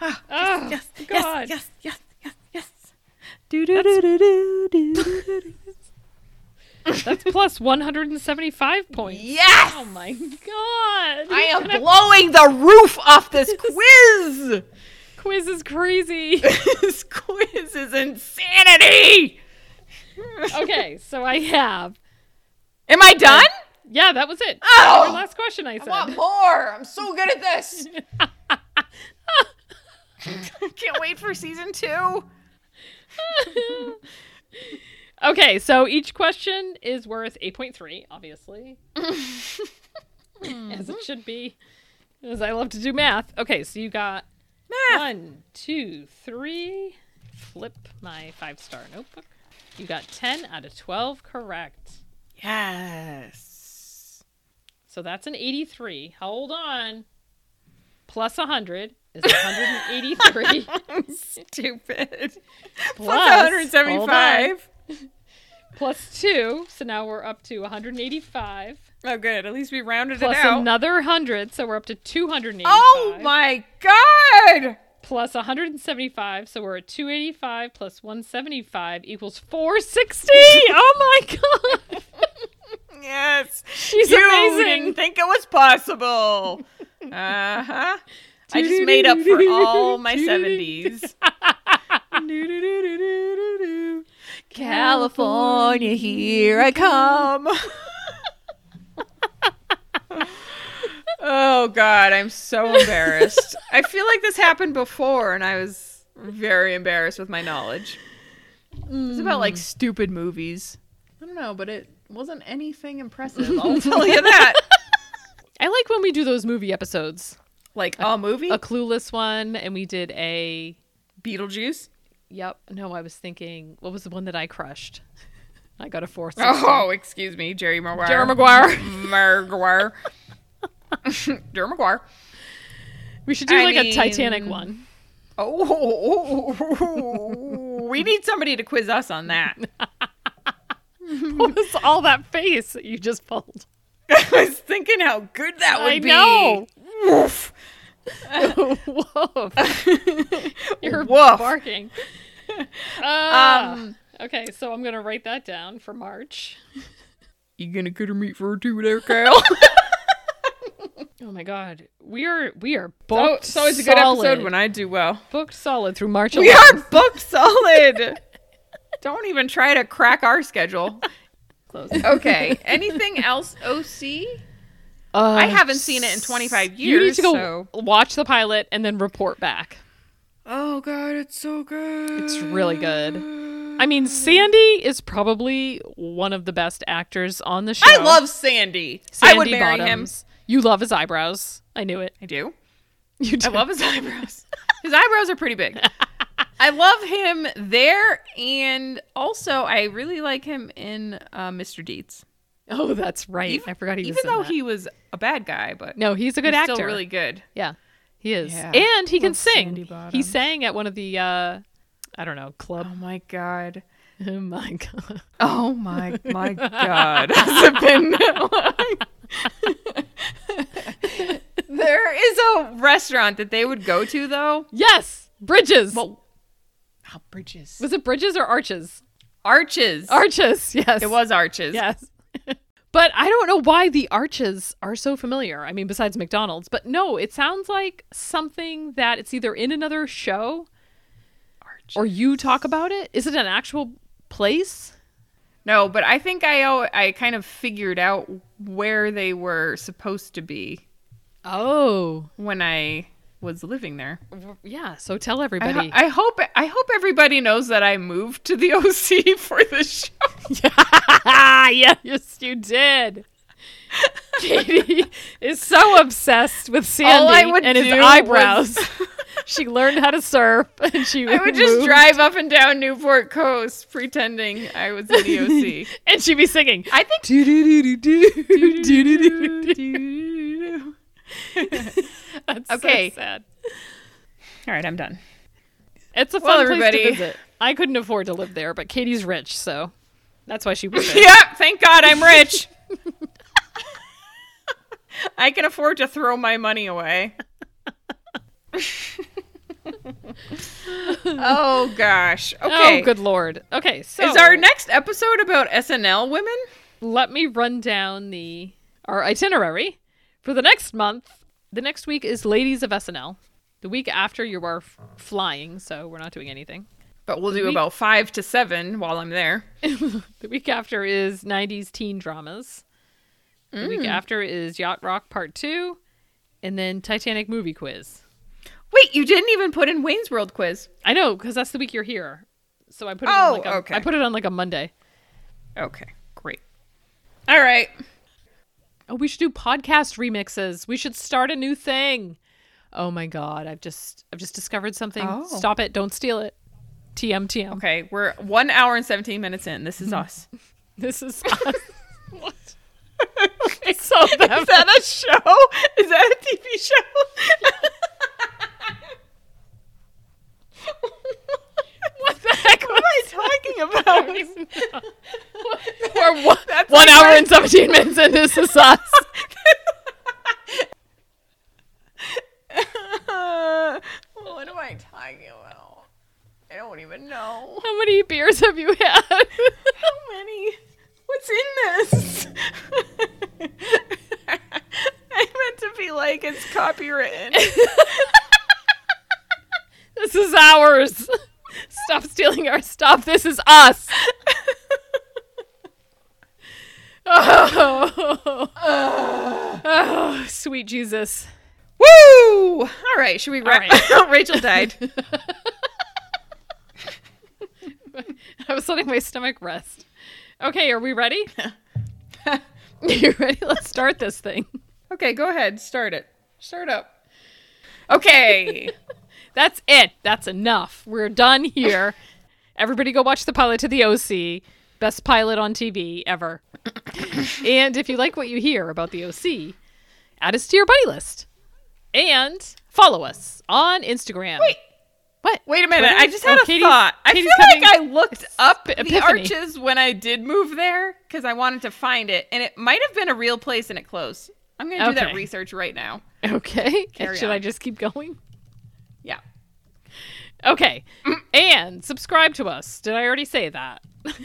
[SPEAKER 3] Ah,
[SPEAKER 2] oh, God.
[SPEAKER 3] yes, yes, yes, yes.
[SPEAKER 2] That's plus 175 points.
[SPEAKER 3] Yes!
[SPEAKER 2] Oh my god.
[SPEAKER 3] I am blowing the roof off this quiz.
[SPEAKER 2] quiz is crazy.
[SPEAKER 3] this quiz is insanity.
[SPEAKER 2] okay, so I have.
[SPEAKER 3] Am I done?
[SPEAKER 2] Yeah, that was it.
[SPEAKER 3] Oh!
[SPEAKER 2] Our last question I said.
[SPEAKER 3] more. I'm so good at this. Can't wait for season two.
[SPEAKER 2] okay, so each question is worth 8.3, obviously. As it should be. As I love to do math. Okay, so you got one, two, three. Flip my five star notebook. You got 10 out of 12 correct.
[SPEAKER 3] Yes.
[SPEAKER 2] So that's an 83. Hold on. Plus 100 is 183.
[SPEAKER 3] Stupid. Plus
[SPEAKER 2] Plus,
[SPEAKER 3] 175.
[SPEAKER 2] plus 2. So now we're up to 185.
[SPEAKER 3] Oh, good. At least we rounded
[SPEAKER 2] Plus
[SPEAKER 3] it out.
[SPEAKER 2] another 100. So we're up to 285.
[SPEAKER 3] oh my god.
[SPEAKER 2] Plus 175. So we're at 285 plus 175 equals 460. oh my God.
[SPEAKER 3] Yes.
[SPEAKER 2] She's
[SPEAKER 3] you
[SPEAKER 2] amazing.
[SPEAKER 3] didn't think it was possible. Uh huh. I just made up for all my 70s. California, here I come. oh, God, I'm so embarrassed. I feel like this happened before, and I was very embarrassed with my knowledge. It was about like stupid movies. I don't know, but it wasn't anything impressive. I'll tell you that.
[SPEAKER 2] I like when we do those movie episodes.
[SPEAKER 3] Like a movie,
[SPEAKER 2] A clueless one, and we did a
[SPEAKER 3] Beetlejuice.
[SPEAKER 2] Yep. No, I was thinking, what was the one that I crushed? I got a four.
[SPEAKER 3] Oh, excuse me, Jerry Maguire.
[SPEAKER 2] Jerry Maguire.
[SPEAKER 3] Maguire. Jerry Maguire.
[SPEAKER 2] We should do
[SPEAKER 3] I
[SPEAKER 2] like a Titanic
[SPEAKER 3] mean-
[SPEAKER 2] one.
[SPEAKER 3] Oh, we need somebody to quiz us on that.
[SPEAKER 2] what was all that face that you just pulled?
[SPEAKER 3] I was thinking how good that would
[SPEAKER 2] I
[SPEAKER 3] be.
[SPEAKER 2] know.
[SPEAKER 3] Woof.
[SPEAKER 2] Woof. You're
[SPEAKER 3] Woof.
[SPEAKER 2] barking. Ah. okay, so I'm gonna write that down for March.
[SPEAKER 3] You gonna get a meat for a two there, Kyle?
[SPEAKER 2] Oh my God, we are we are
[SPEAKER 3] oh,
[SPEAKER 2] booked.
[SPEAKER 3] it's always a good
[SPEAKER 2] solid.
[SPEAKER 3] episode when I do well.
[SPEAKER 2] booked solid through March.
[SPEAKER 3] We
[SPEAKER 2] 11th.
[SPEAKER 3] are book solid. Don't even try to crack our schedule.
[SPEAKER 2] Close.
[SPEAKER 3] Okay. Anything else, OC? I haven't seen it in 25
[SPEAKER 2] Uh, You need
[SPEAKER 3] years,
[SPEAKER 2] to go
[SPEAKER 3] so-
[SPEAKER 2] watch the pilot and then report back.
[SPEAKER 3] Oh god, it's so good.
[SPEAKER 2] It's really good. I mean, Sandy is probably one of the best actors on the show.
[SPEAKER 3] I love Sandy.
[SPEAKER 2] Sandy
[SPEAKER 3] I would marry
[SPEAKER 2] Bottoms. You love his eyebrows. I knew it.
[SPEAKER 3] him. I do.
[SPEAKER 2] You do.
[SPEAKER 3] I love his eyebrows. his eyebrows are pretty big. I love him there, and also I really like him in uh, Mr. Deeds.
[SPEAKER 2] Oh, that's right.
[SPEAKER 3] Even-
[SPEAKER 2] I forgot he was
[SPEAKER 3] Even
[SPEAKER 2] in
[SPEAKER 3] though
[SPEAKER 2] that.
[SPEAKER 3] he was a bad guy, but
[SPEAKER 2] No, he's a good
[SPEAKER 3] he's
[SPEAKER 2] actor.
[SPEAKER 3] still really good.
[SPEAKER 2] Yeah, he is.
[SPEAKER 3] Yeah.
[SPEAKER 2] And he can
[SPEAKER 3] Love Sandy
[SPEAKER 2] sing. He
[SPEAKER 3] Bottoms.
[SPEAKER 2] sang at one of the uh I don't know, club.
[SPEAKER 3] Oh my god.
[SPEAKER 2] Oh my god.
[SPEAKER 3] Oh my my god. Has it been There is a restaurant that they would go to though.
[SPEAKER 2] Yes, Bridges.
[SPEAKER 3] Well, oh, bridges.
[SPEAKER 2] was it Bridges or Arches?
[SPEAKER 3] Arches.
[SPEAKER 2] Arches. Yes.
[SPEAKER 3] It was arches.
[SPEAKER 2] Yes. but I don't know why the Arches are so familiar. I mean, besides McDonald's, but no, it sounds like something that it's either in another show
[SPEAKER 3] Arches.
[SPEAKER 2] or you talk about it. Is it an actual place?
[SPEAKER 3] No, but I think I al- I kind of figured out where they were supposed to be
[SPEAKER 2] Oh.
[SPEAKER 3] when I was living there.
[SPEAKER 2] Yeah, so tell
[SPEAKER 3] I,
[SPEAKER 2] everybody.
[SPEAKER 3] ho- I hope I hope everybody knows that I moved to the OC for this show.
[SPEAKER 2] yeah, yes, you did. Katie is so obsessed with Sandy
[SPEAKER 3] All I would
[SPEAKER 2] and his
[SPEAKER 3] do
[SPEAKER 2] eyebrows.
[SPEAKER 3] was-
[SPEAKER 2] she learned how to surf, and she
[SPEAKER 3] I would just drive up and down Newport Coast pretending I was in the OC.
[SPEAKER 2] and she'd be singing.
[SPEAKER 3] I think
[SPEAKER 2] That's
[SPEAKER 3] Okay.
[SPEAKER 2] so sad.
[SPEAKER 3] All right, I'm done.
[SPEAKER 2] It's a fun
[SPEAKER 3] Well,
[SPEAKER 2] place to
[SPEAKER 3] everybody-
[SPEAKER 2] visit. I couldn't afford to live there, but Katie's rich, so that's why she was there.
[SPEAKER 3] Yep, thank God I'm rich. I can afford to throw my money away. oh gosh. Okay.
[SPEAKER 2] Oh, good lord. Okay, so
[SPEAKER 3] Is our next episode about SNL women?
[SPEAKER 2] let me run down the our itinerary for the next month. The next week is Ladies of SNL. The week after you are f- flying, so we're not doing anything.
[SPEAKER 3] But we'll do
[SPEAKER 2] We-
[SPEAKER 3] about 5 to 7 while I'm there.
[SPEAKER 2] The week after is 90s teen dramas. The
[SPEAKER 3] Mm.
[SPEAKER 2] week after is Yacht Rock Part 2 and then Titanic movie quiz.
[SPEAKER 3] Wait, you didn't even put in Wayne's World quiz.
[SPEAKER 2] I know cuz that's the week you're here. So I put it on
[SPEAKER 3] Oh,
[SPEAKER 2] like a,
[SPEAKER 3] okay.
[SPEAKER 2] I put it on like a Monday.
[SPEAKER 3] Okay, great. All right.
[SPEAKER 2] Oh, we should do podcast remixes. We should start a new thing. Oh my god, I've just I've just discovered something.
[SPEAKER 3] Oh.
[SPEAKER 2] Stop it. Don't steal it. TM TM.
[SPEAKER 3] Okay, we're 1 hour and 17 minutes in. This is us.
[SPEAKER 2] This is us. what? so them.
[SPEAKER 3] Is that a show? Is that a TV show? what the heck am I talking about?
[SPEAKER 2] We're one,
[SPEAKER 3] That's
[SPEAKER 2] one
[SPEAKER 3] like
[SPEAKER 2] hour
[SPEAKER 3] my-
[SPEAKER 2] and 17 minutes and this is us.
[SPEAKER 3] Uh, what am I talking about? I don't even know.
[SPEAKER 2] How many beers have you had?
[SPEAKER 3] How many? What's in this? I meant to be like it's copywritten.
[SPEAKER 2] this is ours. Stop stealing our stuff. This is us. Oh, oh sweet Jesus.
[SPEAKER 3] Woo! All right, should we wrap?
[SPEAKER 2] right.
[SPEAKER 3] Rachel died.
[SPEAKER 2] I was letting my stomach rest. Okay, are we ready? you ready? Let's start this thing.
[SPEAKER 3] Okay, go ahead. Start it. Start up. Okay.
[SPEAKER 2] That's it. That's enough. We're done here. Everybody go watch the pilot to the OC. Best pilot on TV ever. and if you like what you hear about the OC, add us to your buddy list. And follow us on Instagram.
[SPEAKER 3] Wait.
[SPEAKER 2] What?
[SPEAKER 3] Wait a minute. I just had
[SPEAKER 2] Oh,
[SPEAKER 3] a
[SPEAKER 2] Katie's-
[SPEAKER 3] thought. I
[SPEAKER 2] Katie's
[SPEAKER 3] feel like I
[SPEAKER 2] having
[SPEAKER 3] looked up
[SPEAKER 2] epiphany.
[SPEAKER 3] the arches when I did move there because I wanted to find it, and it might have been a real place and it closed. I'm gonna do
[SPEAKER 2] Okay.
[SPEAKER 3] that research right now.
[SPEAKER 2] Okay.
[SPEAKER 3] Carry
[SPEAKER 2] Should
[SPEAKER 3] on.
[SPEAKER 2] I just keep going?
[SPEAKER 3] Yeah.
[SPEAKER 2] Okay. and subscribe to us. Did I already say that?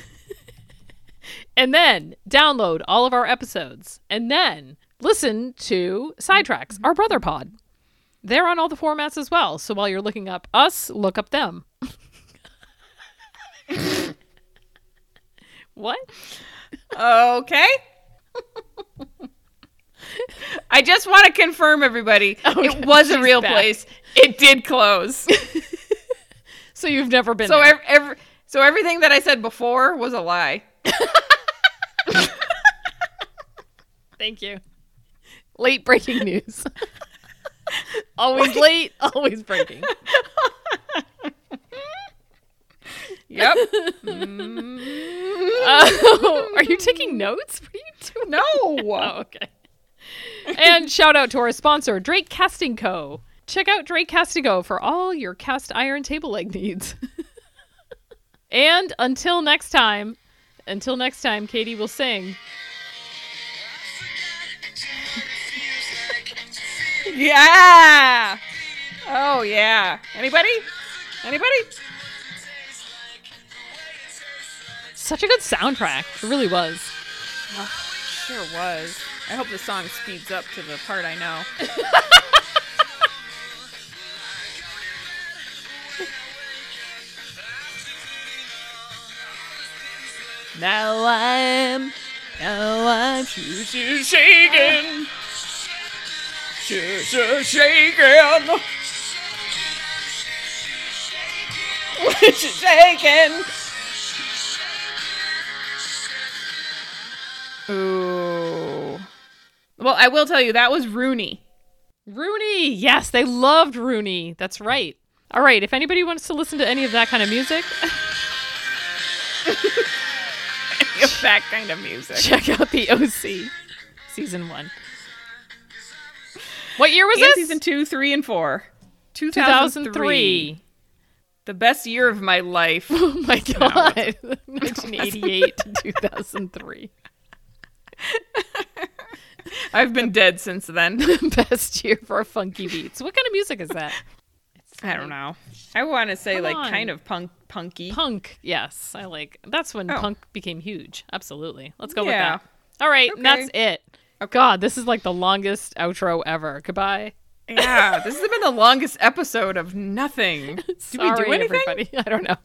[SPEAKER 2] and then download all of our episodes. And then listen to Sidetracks, our brother pod. They're on all the formats as well. So while you're looking up us, look up them. what?
[SPEAKER 3] Okay. I just want to confirm, everybody,
[SPEAKER 2] Okay,
[SPEAKER 3] it was a
[SPEAKER 2] she's
[SPEAKER 3] real
[SPEAKER 2] back.
[SPEAKER 3] place. It did close.
[SPEAKER 2] So you've never been
[SPEAKER 3] So
[SPEAKER 2] there.
[SPEAKER 3] ev- every, so everything that I said before was a lie.
[SPEAKER 2] Thank you. Late breaking news. always late, always breaking.
[SPEAKER 3] Yep.
[SPEAKER 2] Oh, are you taking notes? What are you doing?
[SPEAKER 3] no.
[SPEAKER 2] Oh, okay. and shout out to our sponsor, Drake Casting Co. Check out Drake Casting Co. for all your cast iron table leg needs. and until next time, until next time, Katie will sing.
[SPEAKER 3] Yeah. Oh yeah. Anybody? Anybody?
[SPEAKER 2] Such a good soundtrack. It really was.
[SPEAKER 3] Sure was. I hope the song speeds up to the part I know. now I'm, now I'm shaking, shaking, shaking, shaking, shaking. Ooh. Well, I will tell you that was Rooney.
[SPEAKER 2] Rooney. Yes, they loved Rooney. That's right. All right, if anybody wants to listen to any of that kind of music,
[SPEAKER 3] that kind of music.
[SPEAKER 2] check out the OC season 1. What year was
[SPEAKER 3] and
[SPEAKER 2] this?
[SPEAKER 3] season two, three, and four. 2003.
[SPEAKER 2] 2003.
[SPEAKER 3] The best year of my life.
[SPEAKER 2] Oh my god. 1988 to 2003.
[SPEAKER 3] I've been dead since then.
[SPEAKER 2] Best year for funky beats. What kind of music is that?
[SPEAKER 3] I don't know. I want to say
[SPEAKER 2] Come
[SPEAKER 3] like
[SPEAKER 2] on.
[SPEAKER 3] kind of punk, punky.
[SPEAKER 2] Punk. Yes, I like. That's when
[SPEAKER 3] Oh.
[SPEAKER 2] punk became huge. Absolutely. Let's go
[SPEAKER 3] Yeah.
[SPEAKER 2] with that. All right, and that's it. God, this is like the longest outro ever. Goodbye.
[SPEAKER 3] yeah, this has been the longest episode of nothing. Did
[SPEAKER 2] Sorry,
[SPEAKER 3] we do anything?
[SPEAKER 2] everybody. I don't know.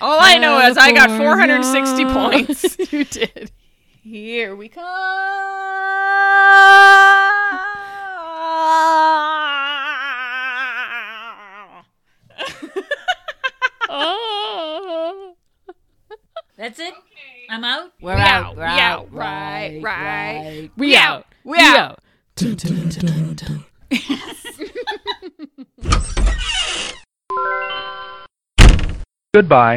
[SPEAKER 3] All I know is I got
[SPEAKER 2] Four
[SPEAKER 3] 460
[SPEAKER 2] months.
[SPEAKER 3] points.
[SPEAKER 2] you did.
[SPEAKER 3] Here we come.
[SPEAKER 2] Oh.
[SPEAKER 4] That's it. I'm out.
[SPEAKER 3] We're out, we're out, right, right.
[SPEAKER 2] We,
[SPEAKER 3] We
[SPEAKER 2] out.
[SPEAKER 3] out. We out.
[SPEAKER 1] Goodbye.